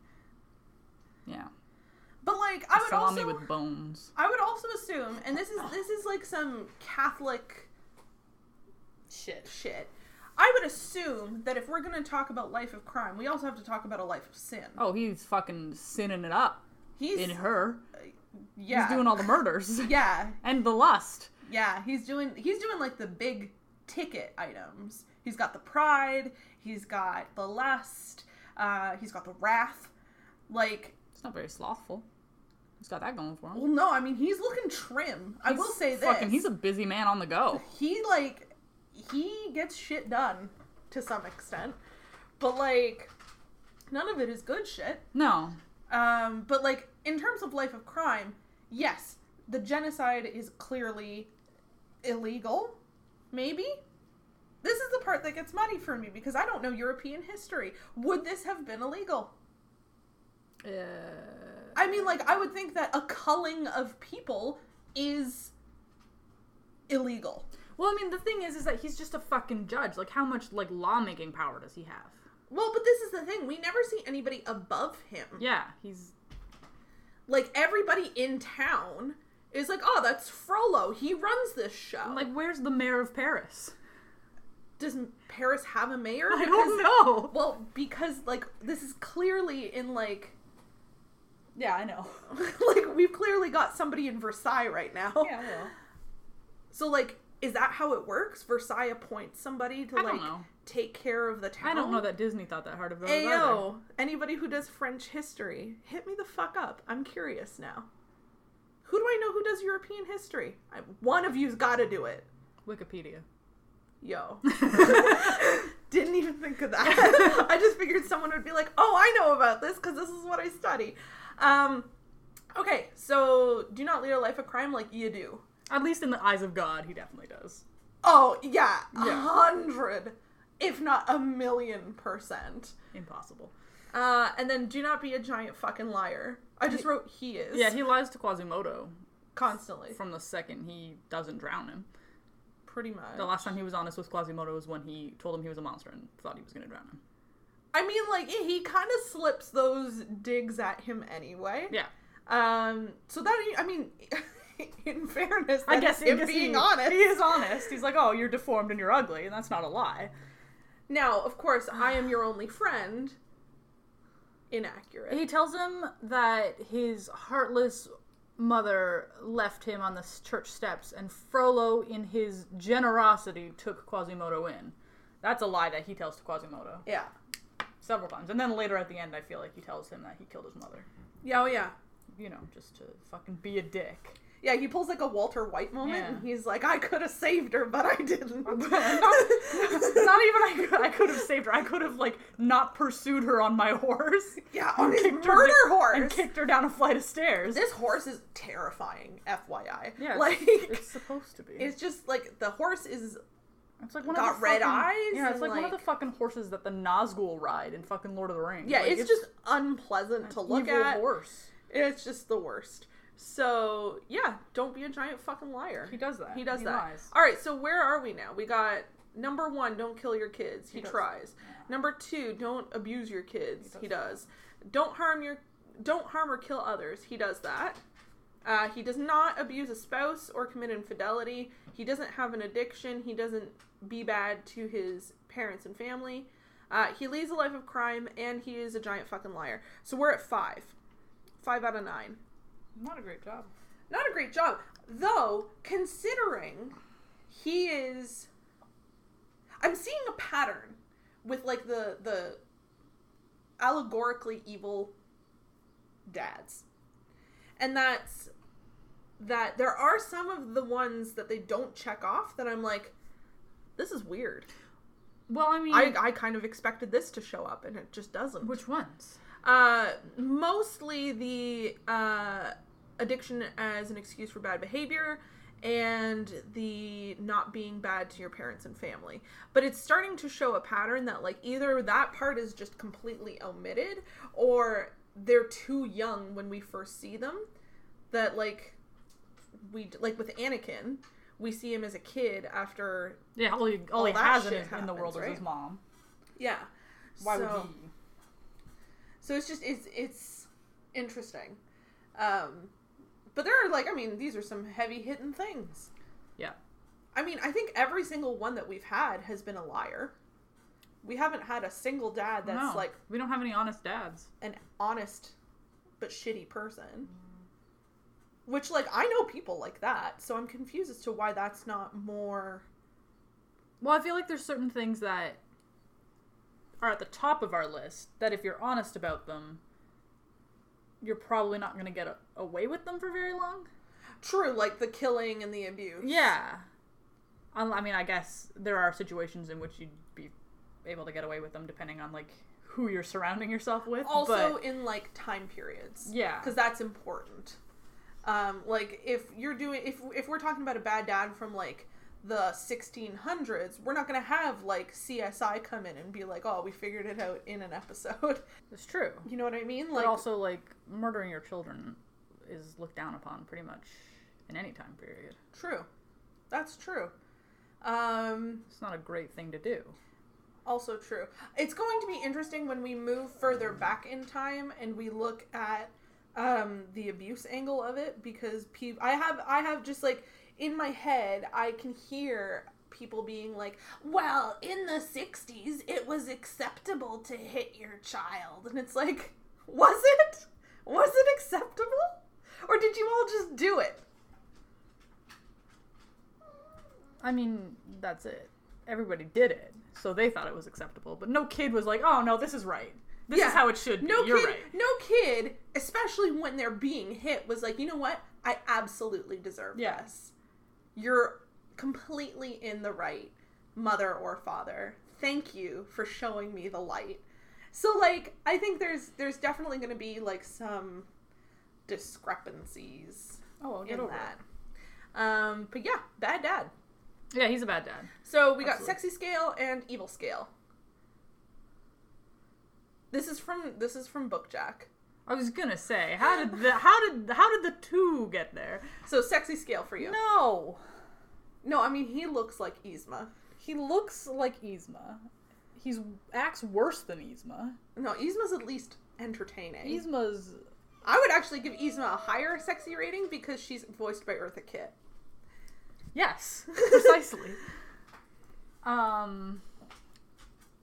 S1: Yeah.
S2: But like, I would
S1: Salami
S2: also,
S1: with bones.
S2: I would also assume, and this is this is like some Catholic
S1: Shit.
S2: shit. I would assume that if we're gonna talk about life of crime, we also have to talk about a life of sin.
S1: Oh, he's fucking sinning it up
S2: he's
S1: in her.
S2: yeah,
S1: He's doing all the murders [LAUGHS]
S2: yeah,
S1: and the lust.
S2: yeah. He's doing he's doing like the big ticket items. He's got the pride. He's got the lust. Uh, he's got the wrath. Like
S1: It's not very slothful. He's got that going for him.
S2: Well, no, I mean he's looking trim. I will say this.
S1: Fucking, he's a busy man on the go.
S2: he like he gets shit done to some extent, but like none of it is good shit.
S1: No,
S2: Um, but like in terms of life of crime, yes, the genocide is clearly illegal. Maybe this is the part that gets muddy for me because I don't know European history. Would this have been illegal?
S1: [LAUGHS] uh,
S2: I mean, like I would think that a culling of people is illegal.
S1: well, I mean, the thing is, is that he's just a fucking judge. Like, how much like lawmaking power does he have?
S2: Well, but this is the thing. We never see anybody above him.
S1: Yeah, he's
S2: Like, everybody in town is like, oh, that's Frollo. He runs this show.
S1: like, where's the mayor of Paris? [LAUGHS]
S2: does Paris have a mayor?
S1: I don't know.
S2: Well, because, like, this is clearly in, like, [LAUGHS]
S1: Yeah, I [LAUGHS] know.
S2: like, we've clearly got somebody in Versailles right now.
S1: well.
S2: So, like, is that how it works? Versailles appoints somebody to,
S1: I
S2: like,
S1: don't know.
S2: take care of the town?
S1: I don't know that Disney thought that hard of those either.
S2: Ayo, anybody who does French history, hit me the fuck up. I'm curious now. Who do I know who does European history? I, one of you's got to do it.
S1: Wikipedia.
S2: Yo. [LAUGHS] Didn't even think of that. [LAUGHS] I just figured someone would be like, oh, I know about this because this is what I study. Um, okay, so do not lead a life of crime like you do.
S1: [LAUGHS] At least in the eyes of God, he definitely does.
S2: Oh, yeah, a
S1: Yeah.
S2: hundred, if not a million percent.
S1: Impossible.
S2: Uh, and then do not be a giant fucking liar. I just wrote he is.
S1: Yeah, he lies to Quasimodo
S2: constantly.
S1: from the second he doesn't drown him.
S2: Pretty
S1: The
S2: much.
S1: last time he was honest with Quasimodo was when he told him he was a monster and thought he was going to drown him.
S2: I mean, like he kind of slips those digs at him anyway.
S1: Yeah.
S2: Um. So that I mean, [LAUGHS] in fairness,
S1: I
S2: that
S1: guess
S2: is him
S1: I guess
S2: being
S1: he-
S2: honest.
S1: He is honest. He's like, oh, you're deformed and you're ugly, and that's not a lie.
S2: Now, of course, I am your
S1: [SIGHS]
S2: only friend. Inaccurate.
S1: He tells him that his heartless mother left him on the s- church steps, and Frollo, in his generosity, took Quasimodo in. That's a lie that he tells to Quasimodo
S2: yeah.
S1: several times. And then later at the end, I feel like he tells him that he killed his mother.
S2: Yeah. Oh yeah.
S1: You know, just to fucking be a dick. [LAUGHS]
S2: Yeah. He pulls like a Walter White moment,
S1: Yeah.
S2: and he's like, "I could have saved her, but I
S1: [LAUGHS]
S2: didn't." [LAUGHS]
S1: It's not even I could, I could have saved her. I could have, like, not pursued her on my [LAUGHS] horse.
S2: yeah, on his
S1: kicked her
S2: murder
S1: da-
S2: horse.
S1: And kicked her down a flight of stairs.
S2: this horse is terrifying, FYI.
S1: yeah,
S2: like
S1: like, it's supposed to be.
S2: it's just like the horse is
S1: It's like one
S2: got
S1: of the
S2: red
S1: fucking-
S2: eyes
S1: Yeah,
S2: and,
S1: it's like, one of the
S2: like-
S1: fucking horses that the Nazgul ride in fucking Lord of the Rings.
S2: Yeah,
S1: Like,
S2: it's, just unpleasant to look
S1: evil
S2: at.
S1: Horse.
S2: It's just the worst. So yeah, don't be a giant fucking liar.
S1: He does that.
S2: He does
S1: He
S2: that.
S1: lies.
S2: All right, so where are we now? We got number one, don't kill your kids. He,
S1: does.
S2: tries. Number two, don't abuse your kids. He does. Don't harm your, don't harm or kill others. He does that. Uh, he does not abuse a spouse or commit infidelity. He doesn't have an addiction. He doesn't be bad to his parents and family. Uh, he leads a life of crime, and he is a giant fucking liar. So we're at five, five out of nine
S1: Not a great job.
S2: not a great job though considering he is i'm seeing a pattern with like the the allegorically evil dads and that's that there are some of the ones that they don't check off that i'm like this is weird
S1: Well, I mean,
S2: i, I kind of expected this to show up and it just doesn't
S1: which ones?
S2: uh, mostly the uh, addiction as an excuse for bad behavior and the not being bad to your parents and family. But it's starting to show a pattern that, like, either that part is just completely omitted or they're too young when we first see them. That, like, we, like, with Anakin, we see him as a kid after.
S1: Yeah, all he, all he
S2: that
S1: has in,
S2: shit
S1: his, in the world
S2: happens,
S1: is his
S2: right?
S1: mom.
S2: Yeah.
S1: Why
S2: So-
S1: would he?
S2: So it's just it's it's interesting. Um but there are like I mean these are some heavy hitting things.
S1: Yeah.
S2: I mean, I think every single one that we've had has been a liar. We haven't had a single dad that's
S1: no,
S2: like
S1: we don't have any honest dads.
S2: an honest but shitty person. Which like I know people like that, so I'm confused as to why that's not more
S1: Well, I feel like there's certain things that are at the top of our list that if you're honest about them, you're probably not going to get a- away with them for very long.
S2: True, like the killing and the abuse.
S1: Yeah. Un- I mean, I guess there are situations in which you'd be able to get away with them depending on like who you're surrounding yourself with.
S2: Also
S1: but-
S2: in like time periods.
S1: yeah.
S2: because that's important. Um, like if you're doing if if we're talking about a bad dad from like the 1600s, we're not gonna have like CSI come in and be like, oh, we figured it out in an episode. [LAUGHS]
S1: it's true.
S2: you know what I mean?
S1: But
S2: Like
S1: also, like murdering your children is looked down upon pretty much in any time period.
S2: true, that's true. Um,
S1: It's not a great thing to do.
S2: also true. It's going to be interesting when we move further back in time and we look at um, the abuse angle of it because peop I have I have just like in my head I can hear people being like, "Well, in the '60s, it was acceptable to hit your child," and it's like, [LAUGHS] was it? Was it acceptable? Or did you all just do it?
S1: I mean, that's it. Everybody did it, so they thought it was acceptable. But no kid was like, "Oh no, this is right. This
S2: Yeah.
S1: is how it should be.
S2: No
S1: You're
S2: kid,
S1: right."
S2: no kid, especially when they're being hit, was like, you know what? I absolutely deserve
S1: Yeah.
S2: this. You're completely in the right, mother or father. Thank you for showing me the light. So like, I think there's there's definitely going to be like some discrepancies
S1: Oh, well, get
S2: in
S1: over
S2: that. Um, but yeah, bad dad.
S1: it. Yeah, he's a bad dad.
S2: So we got
S1: Absolutely.
S2: sexy scale and evil scale. This is from this is from Bookjack.
S1: I was gonna say, how did the how did how did the two get there?
S2: So sexy scale for you. No,
S1: No,
S2: I mean he looks like Yzma.
S1: he looks like Yzma. He's acts worse than Yzma.
S2: No, Yzma's at least entertaining.
S1: Yzma's
S2: I would actually give Yzma a higher sexy rating because she's voiced by Eartha Kitt.
S1: yes, [LAUGHS] precisely. um,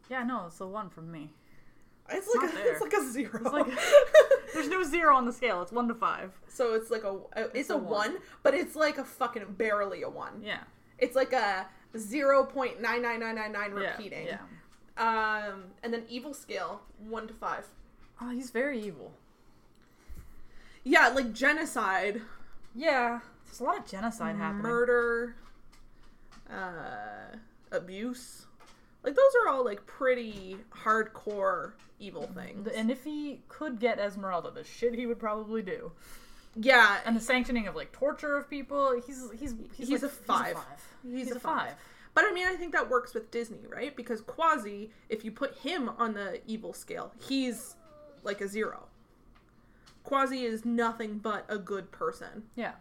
S1: yeah, no, it's the one from me.
S2: It's
S1: like Not a- there. it's like
S2: a zero.
S1: like-
S2: [LAUGHS]
S1: There's no zero on the scale. It's one to five.
S2: so it's like a it's, a,
S1: a
S2: one, but it's like a fucking barely a one.
S1: Yeah,
S2: It's like a zero point nine nine nine nine nine
S1: yeah,
S2: repeating.
S1: Yeah.
S2: Um, and then evil scale one to five.
S1: Oh, he's very evil.
S2: Yeah, like genocide,
S1: Yeah. There's a lot of genocide happening.
S2: murder, uh, abuse. Like those are all like pretty hardcore evil things.
S1: Mm-hmm. And if he could get Esmeralda, the shit he would probably do.
S2: yeah,
S1: And the sanctioning of like torture of people, he's he's he's,
S2: He's
S1: like-
S2: a five.
S1: He's a five. He's a five.
S2: but I mean, I think that works with Disney, right? Because Quasi, if you put him on the evil scale, he's like a zero. Quasi is nothing but a good person.
S1: Yeah.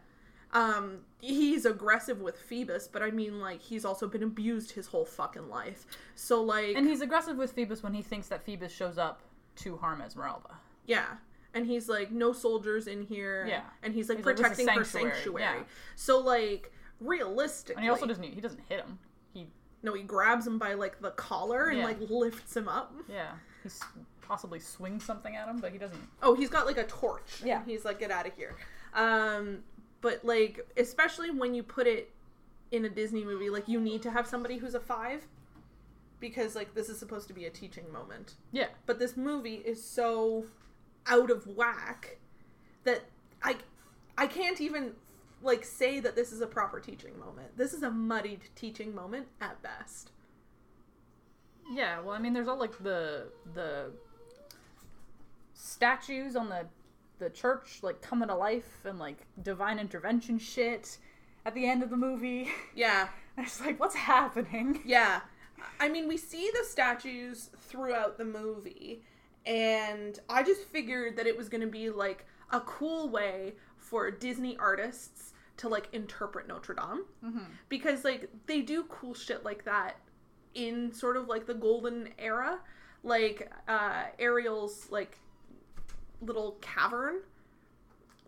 S2: Um, he's aggressive with Phoebus, but I mean, like, he's also been abused his whole fucking life. So, like,
S1: And he's aggressive with Phoebus when he thinks that Phoebus shows up to harm Esmeralda.
S2: Yeah. And he's like, no soldiers in here.
S1: Yeah.
S2: And he's like
S1: He's like, this is
S2: protecting her
S1: sanctuary.
S2: sanctuary.
S1: Yeah.
S2: So like realistically,
S1: And he also doesn't e, he doesn't hit him. He
S2: no, he grabs him by like the collar and
S1: Yeah.
S2: like lifts him up.
S1: yeah. He s- possibly swings something at him, but he doesn't.
S2: Oh, he's got like a torch. and
S1: Yeah.
S2: he's like, get out of here. Um, but like, especially when you put it in a Disney movie, like you need to have somebody who's a five because like this is supposed to be a teaching moment.
S1: Yeah.
S2: but this movie is so out of whack that I I can't even like say that this is a proper teaching moment. This is a muddied teaching moment at best.
S1: Yeah, well, I mean, there's all like the the statues on the the church like coming to life and like divine intervention shit at the end of the movie. [LAUGHS]
S2: Yeah.
S1: I was like, what's happening?
S2: Yeah. I mean, we see the statues throughout the movie and I just figured that it was going to be like a cool way for Disney artists to like interpret Notre Dame because like they do cool shit like that in sort of like the golden era like uh ariel's like little cavern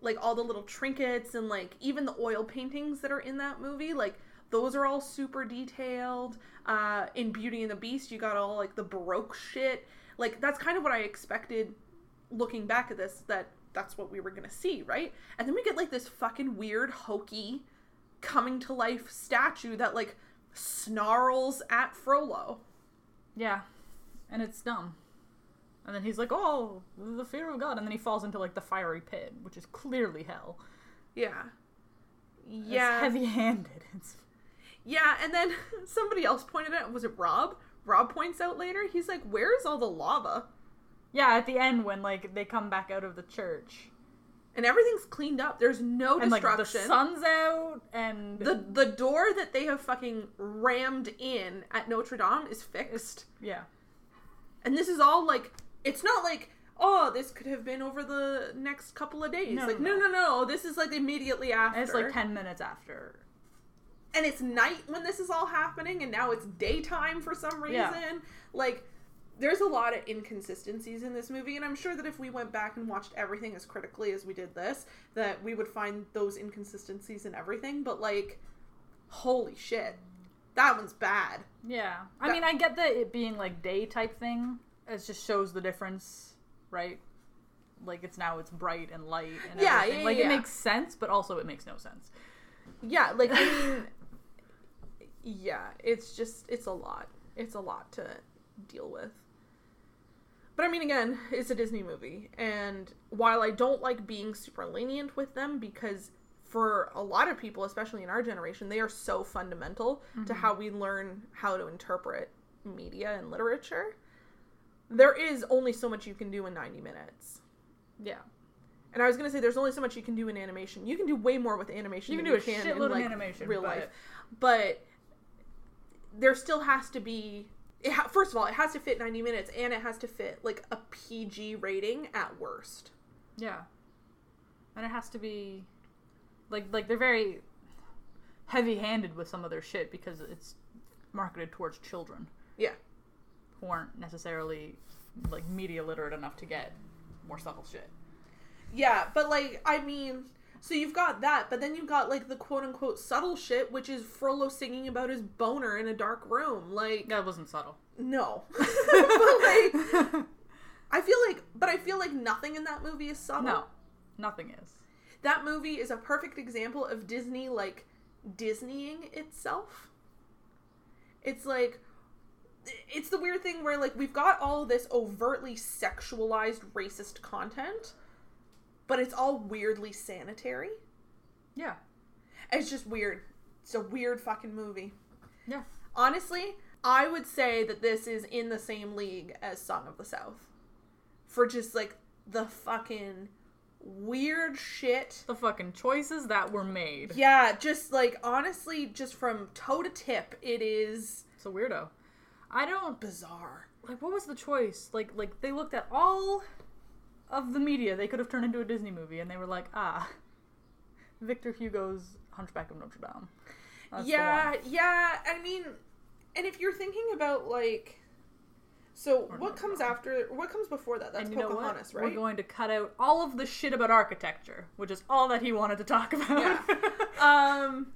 S2: like all the little trinkets and like even the oil paintings that are in that movie like those are all super detailed uh in beauty and the beast you got all like the baroque shit like that's kind of what i expected looking back at this that that's what we were gonna see right and then we get like this fucking weird hokey coming to life statue that like snarls at frollo
S1: Yeah, and it's dumb. And then he's like, "Oh, the fear of God," and then he falls into like the fiery pit, which is clearly hell.
S2: Yeah.
S1: It's
S2: Yeah.
S1: heavy-handed. [LAUGHS] It's
S2: Yeah, and then [LAUGHS] somebody else pointed out, was it Rob? Rob points out later, he's like, Where is all the lava?
S1: yeah. At the end, when like they come back out of the church,
S2: And everything's cleaned up. There's no
S1: and like the
S2: destruction.
S1: sun's out, and
S2: the the door that they have fucking rammed in at Notre Dame is fixed.
S1: yeah,
S2: And this is all like it's not like oh this could have been over the next couple of days.
S1: No,
S2: like
S1: no,
S2: no no no, this is like immediately after.
S1: and it's like ten minutes after.
S2: and it's night when this is all happening and now it's daytime for some reason.
S1: Yeah.
S2: Like there's a lot of inconsistencies in this movie and I'm sure that if we went back and watched everything as critically as we did this that we would find those inconsistencies in everything, but like holy shit. That one's bad.
S1: Yeah, I
S2: That-
S1: mean, I get that it being like day type thing. It just shows the difference, right? Like it's now it's bright and light and
S2: Yeah,
S1: everything.
S2: yeah,
S1: like
S2: yeah.
S1: it makes sense, but also it makes no sense.
S2: Yeah, like I mean, yeah, it's just it's a lot. It's a lot to deal with. But I mean, again, it's a Disney movie, and while I don't like being super lenient with them because for a lot of people, especially in our generation, they are so fundamental to how we learn how to interpret media and literature. There is only so much you can do in 90 minutes.
S1: Yeah,
S2: And I was gonna say, there's only so much you can do in animation. You can do way more with animation.
S1: You can
S2: than
S1: do a
S2: in,
S1: shitload of
S2: like,
S1: animation,
S2: real
S1: but-
S2: life, but there still has to be. It ha- first of all, it has to fit 90 minutes, and it has to fit like a PG rating at worst.
S1: yeah, and it has to be like like they're very heavy handed with some of their shit because it's marketed towards children
S2: Yeah,
S1: who aren't necessarily like media literate enough to get more subtle shit.
S2: yeah, but like I mean, so you've got that, but then you've got like the quote unquote subtle shit, which is Frollo singing about his boner in a dark room. Like
S1: That wasn't [LAUGHS] subtle.
S2: no, [LAUGHS] but [LAUGHS] like I feel like, but I feel like nothing in that movie is subtle.
S1: no, nothing is.
S2: that movie is a perfect example of Disney like Disneying itself. It's like it's the weird thing where like we've got all this overtly sexualized racist content, but it's all weirdly sanitary.
S1: Yeah,
S2: It's just weird. It's a weird fucking movie.
S1: yeah.
S2: Honestly, I would say that this is in the same league as Song of the South. For just like the fucking weird shit
S1: The fucking choices that were made.
S2: Yeah, just like honestly, just from toe to tip, it is
S1: It's a weirdo. I don't
S2: bizarre.
S1: like what was the choice? Like like they looked at all of the media they could have turned into a Disney movie and they were like, ah Victor Hugo's Hunchback of Notre Dame. That's the
S2: yeah,
S1: one.
S2: yeah. I mean, and if you're thinking about like, so
S1: Or
S2: what
S1: not
S2: comes
S1: wrong.
S2: after? What comes before that? That's
S1: And you know what?
S2: Pocahontas,
S1: We're
S2: right?
S1: going to cut out all of the shit about architecture, which is all that he wanted to talk [LAUGHS] about.
S2: um,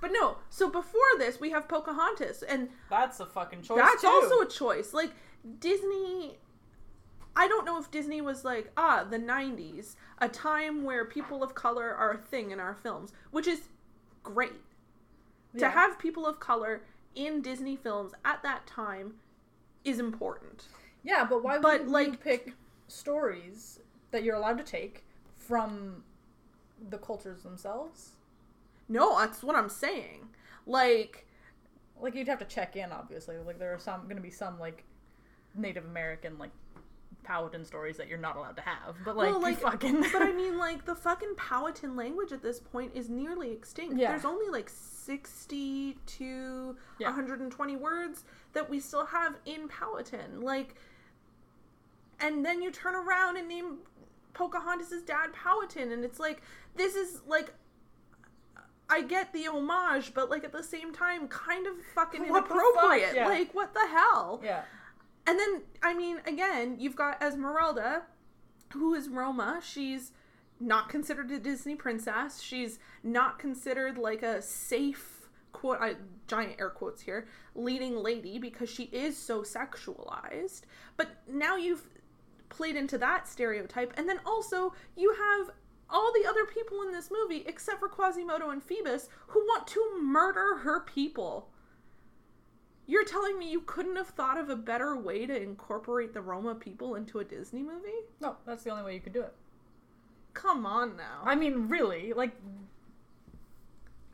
S2: but no. So before this, we have Pocahontas, and
S1: That's a fucking choice.
S2: that's
S1: too.
S2: also a choice. Like Disney I don't know if Disney was like, ah, the 90s, a time where people of color are a thing in our films, which is great.
S1: Yeah.
S2: To have people of color in Disney films at that time is important.
S1: Yeah, but why
S2: But,
S1: would you
S2: like-
S1: pick stories that you're allowed to take from the cultures themselves?
S2: No, that's what I'm saying. Like,
S1: like you'd have to check in obviously like there are some going to be some like native american like paladin stories that you're not allowed to have but like,
S2: Well,
S1: you
S2: like-
S1: fucking
S2: but I mean, like, the fucking Powhatan language at this point is nearly extinct.
S1: Yeah.
S2: There's only like 60 to
S1: Yeah.
S2: 120 words that we still have in Powhatan. Like, and then you turn around and name Pocahontas' dad Powhatan, and it's like, this is like. I get the homage, but like at the same time, kind of fucking
S1: What the fuck?
S2: inappropriate.
S1: Yeah.
S2: Like, what the hell?
S1: [LAUGHS] yeah
S2: And then, I mean, again, you've got Esmeralda, who is Roma. She's not considered a Disney princess. She's not considered like a safe quote I, giant air quotes here leading lady because she is so sexualized. But now you've played into that stereotype, and then also you have all the other people in this movie except for Quasimodo and Phoebus who want to murder her people. You're telling me you couldn't have thought of a better way to incorporate the Roma people into a Disney movie?
S1: No, that's the only way you could do it.
S2: Come on now.
S1: I mean, really, like,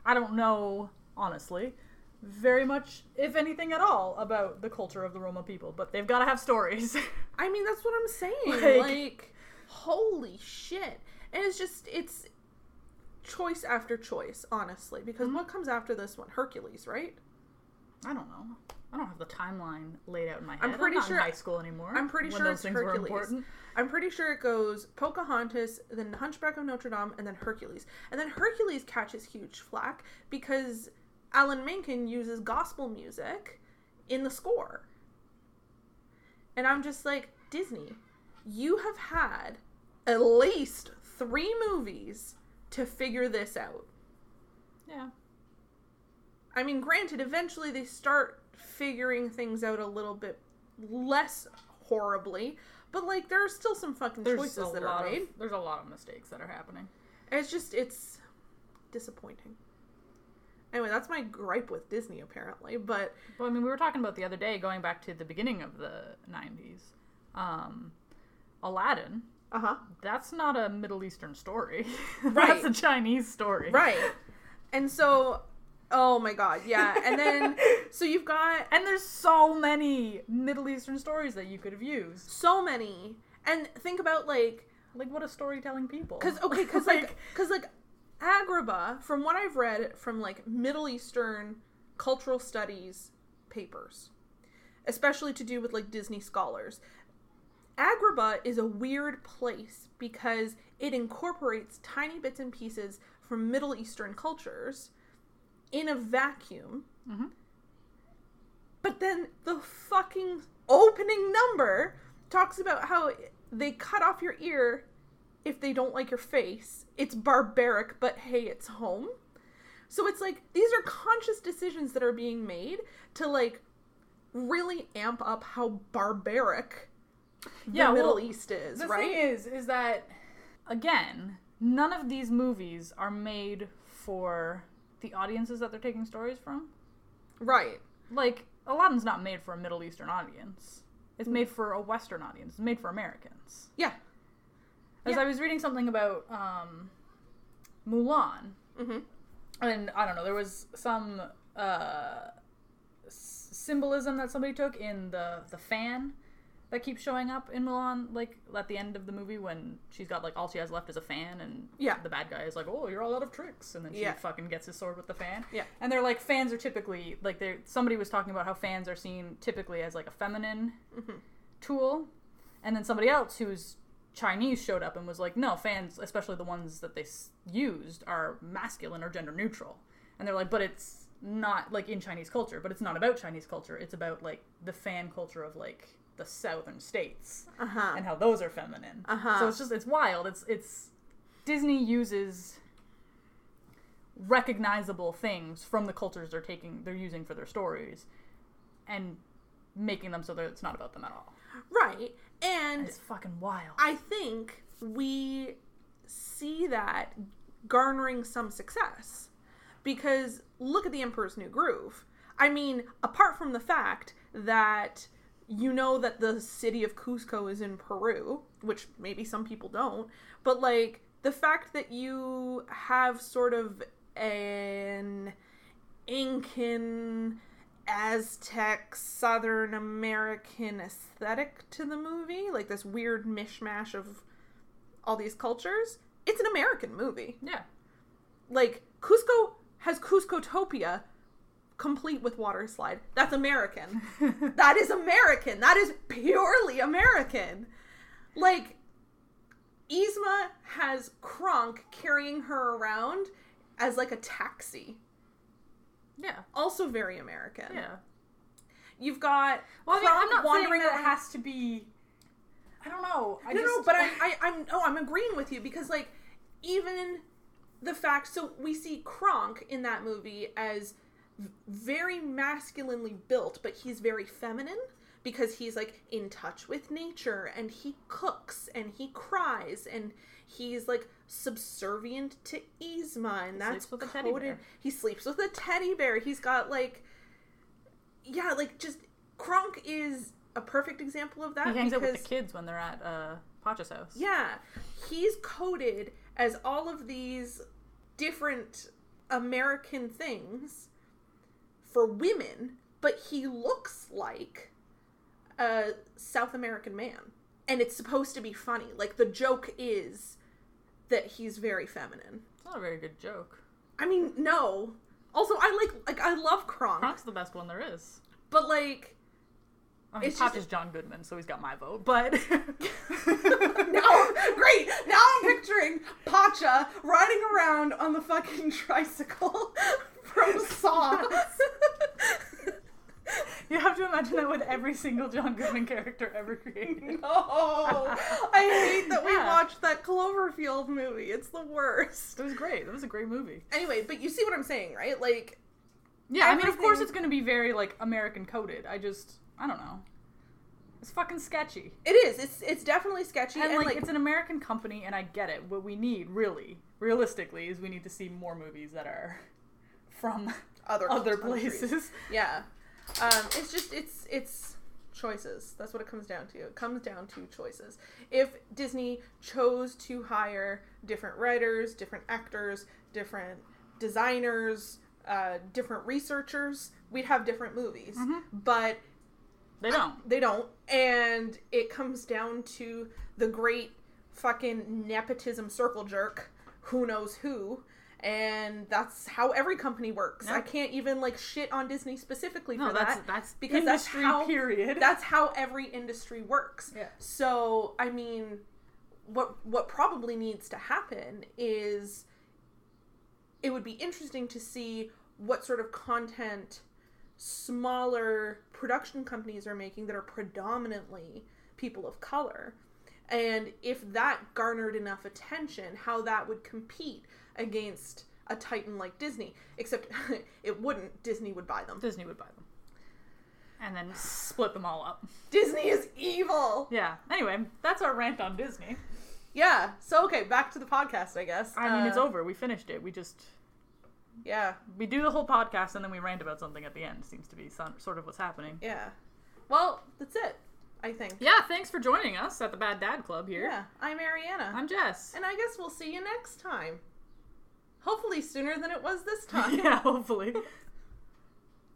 S1: I don't know, honestly, very much, if anything at all, about the culture of the Roma people, but they've got to have stories. [LAUGHS]
S2: I mean, that's what I'm saying.
S1: Like-
S2: Like, holy shit. And it's just, it's choice after choice, honestly. Because what comes after this one? Hercules, right?
S1: I don't know. I don't have the timeline laid out in my head.
S2: I'm pretty
S1: not
S2: sure-
S1: in high school anymore.
S2: I'm pretty
S1: when
S2: sure
S1: those
S2: it's
S1: things were
S2: Hercules.
S1: important.
S2: I'm pretty sure it goes Pocahontas, then Hunchback of Notre Dame, and then Hercules. And then Hercules catches huge flack because Alan Menken uses gospel music in the score. And I'm just like, Disney, you have had at least three movies to figure this out.
S1: Yeah.
S2: I mean, granted, eventually they start figuring things out a little bit less horribly, but like there are still some fucking
S1: There's a,
S2: choices that
S1: lot
S2: are
S1: of,
S2: made.
S1: there's a lot of mistakes that are happening.
S2: It's just it's disappointing. Anyway, that's my gripe with Disney apparently, but
S1: Well, I mean, we were talking about the other day, going back to the beginning of the 90s, um, Aladdin,
S2: uh huh,
S1: that's not a Middle Eastern story. [LAUGHS]
S2: Right.
S1: that's a Chinese story.
S2: right. And so, oh my god, yeah. And then
S1: [LAUGHS]
S2: so you've got
S1: And there's so many Middle Eastern stories that you could have used.
S2: so many, and think about like
S1: Like, what a storytelling people.
S2: Cause okay, cause like, cause like, Agrabah, from what I've read from like Middle Eastern cultural studies papers, especially to do with like Disney scholars, Agrabah is a weird place because it incorporates tiny bits and pieces from Middle Eastern cultures in a vacuum.
S1: Mhm.
S2: But then the fucking opening number talks about how they cut off your ear if they don't like your face. It's barbaric, but hey, it's home. So it's like these are conscious decisions that are being made to like really amp up how barbaric the
S1: Yeah,
S2: Middle
S1: well,
S2: East is,
S1: the
S2: right?
S1: thing is, is that again, none of these movies are made for the audiences that they're taking stories from.
S2: right.
S1: Like, Aladdin's not made for a Middle Eastern audience. It's made for a Western audience. It's made for Americans.
S2: Yeah.
S1: As
S2: Yeah.
S1: I was reading something about um, Mulan,
S2: Mm-hmm.
S1: and I don't know, there was some uh, s- symbolism that somebody took in the the fan that keeps showing up in Mulan, like at the end of the movie when she's got like all she has left is a fan, and
S2: Yeah.
S1: the bad guy is like, oh, you're all out of tricks, and then she
S2: Yeah.
S1: fucking gets his sword with the fan.
S2: Yeah.
S1: and they're like fans are typically like they somebody was talking about how fans are seen typically as like a feminine
S2: Mm-hmm.
S1: tool, and then somebody else who's Chinese showed up and was like, no, fans, especially the ones that they s- used, are masculine or gender neutral. And they're like, but it's not like in Chinese culture, but it's not about Chinese culture. It's about like the fan culture of like the southern states
S2: Uh huh.
S1: and how those are feminine.
S2: Uh-huh.
S1: So it's just, it's wild. It's, it's, Disney uses recognizable things from the cultures they're taking, they're using for their stories and making them so that it's not about them at all.
S2: Right. And
S1: It's fucking wild.
S2: I think we see that garnering some success because look at the Emperor's New Groove. I mean, apart from the fact that you know that the city of Cusco is in Peru, which maybe some people don't, but like the fact that you have sort of an Incan Aztec Southern American aesthetic to the movie, like this weird mishmash of all these cultures. It's an American movie.
S1: [LAUGHS] yeah.
S2: Like Cusco has Cuscotopia complete with water slide. That's American. that is American. That is purely American. Like Yzma has Kronk carrying her around as like a taxi.
S1: Yeah.
S2: Also very American.
S1: Yeah.
S2: You've got
S1: Well, I mean,
S2: Kronk
S1: I'm not
S2: wandering
S1: saying that
S2: around-
S1: it has to be. I don't know. I
S2: no,
S1: just,
S2: no,
S1: [LAUGHS]
S2: but I, I, I'm no, I'm agreeing with you because like even the fact so we see Kronk in that movie as v- very masculinely built, but he's very feminine because he's like in touch with nature and he cooks and he cries and he's like subservient to Yzma and that's
S1: sleeps with a teddy
S2: coded-
S1: bear.
S2: He sleeps with a teddy bear. He's got like yeah, like just Kronk is a perfect example of that
S1: He hangs out
S2: because
S1: with the kids when they're at uh, Pacha's house.
S2: yeah, he's coded as all of these different American things for women, but he looks like a South American man. And it's supposed to be funny. Like the joke is that he's very feminine.
S1: It's not a very good joke.
S2: I mean, no. Also, I like like I love Kronk,
S1: Kronk's the best one there is.
S2: but like
S1: I mean,
S2: It's just-
S1: Pacha's John Goodman, so he's got my vote, but.
S2: [LAUGHS]
S1: [LAUGHS]
S2: now, great. Now I'm picturing Pacha riding around on the fucking tricycle [LAUGHS] from Saw. [LAUGHS]
S1: You have to imagine that with every single John Goodman character ever created.
S2: oh, I hate that we
S1: Yeah.
S2: watched that Cloverfield movie. It's the worst.
S1: It was great. That was a great movie.
S2: Anyway, but you see what I'm saying, right? Like,
S1: Yeah, I mean, of course
S2: Everything-
S1: it's going to be very, like, American coded. I just, I don't know. It's fucking sketchy.
S2: it is. It's it's definitely sketchy,
S1: And,
S2: and,
S1: like,
S2: like,
S1: it's an American company, and I get it. What we need, really, realistically, is we need to see more movies that are [LAUGHS] from
S2: other
S1: other
S2: countries. [LAUGHS]
S1: places.
S2: Yeah, um, it's just it's it's choices. That's what it comes down to. It comes down to choices. If Disney chose to hire different writers, different actors, different designers, uh, different researchers, we'd have different movies. But
S1: They don't.
S2: they don't, and it comes down to the great fucking nepotism circle jerk, who knows who. And that's how every company works.
S1: No.
S2: I can't even like shit on Disney specifically
S1: No,
S2: for
S1: that's
S2: that
S1: that's
S2: because that's
S1: industry
S2: how-
S1: period.
S2: that's how every industry works.
S1: Yeah.
S2: So I mean, what what probably needs to happen is it would be interesting to see what sort of content smaller production companies are making that are predominantly people of color and if that garnered enough attention how that would compete against a titan like disney except [LAUGHS] it wouldn't disney would buy them
S1: Disney would buy them. And then split them all up.
S2: disney is evil
S1: Yeah. Anyway, that's our rant on Disney.
S2: Yeah. So okay, back to the podcast, I guess.
S1: I mean,
S2: Uh,
S1: it's over. We finished it. We just
S2: Yeah.
S1: we do the whole podcast and then we rant about something at the end. Seems to be some, sort of what's happening.
S2: Yeah. Well, that's it. I think.
S1: Yeah. Thanks for joining us at the Bad Dad Club here.
S2: Yeah. I'm Ariana,
S1: I'm Jess.
S2: and I guess we'll see you next time. Hopefully sooner than it was this time. [LAUGHS]
S1: [LAUGHS] yeah. Hopefully.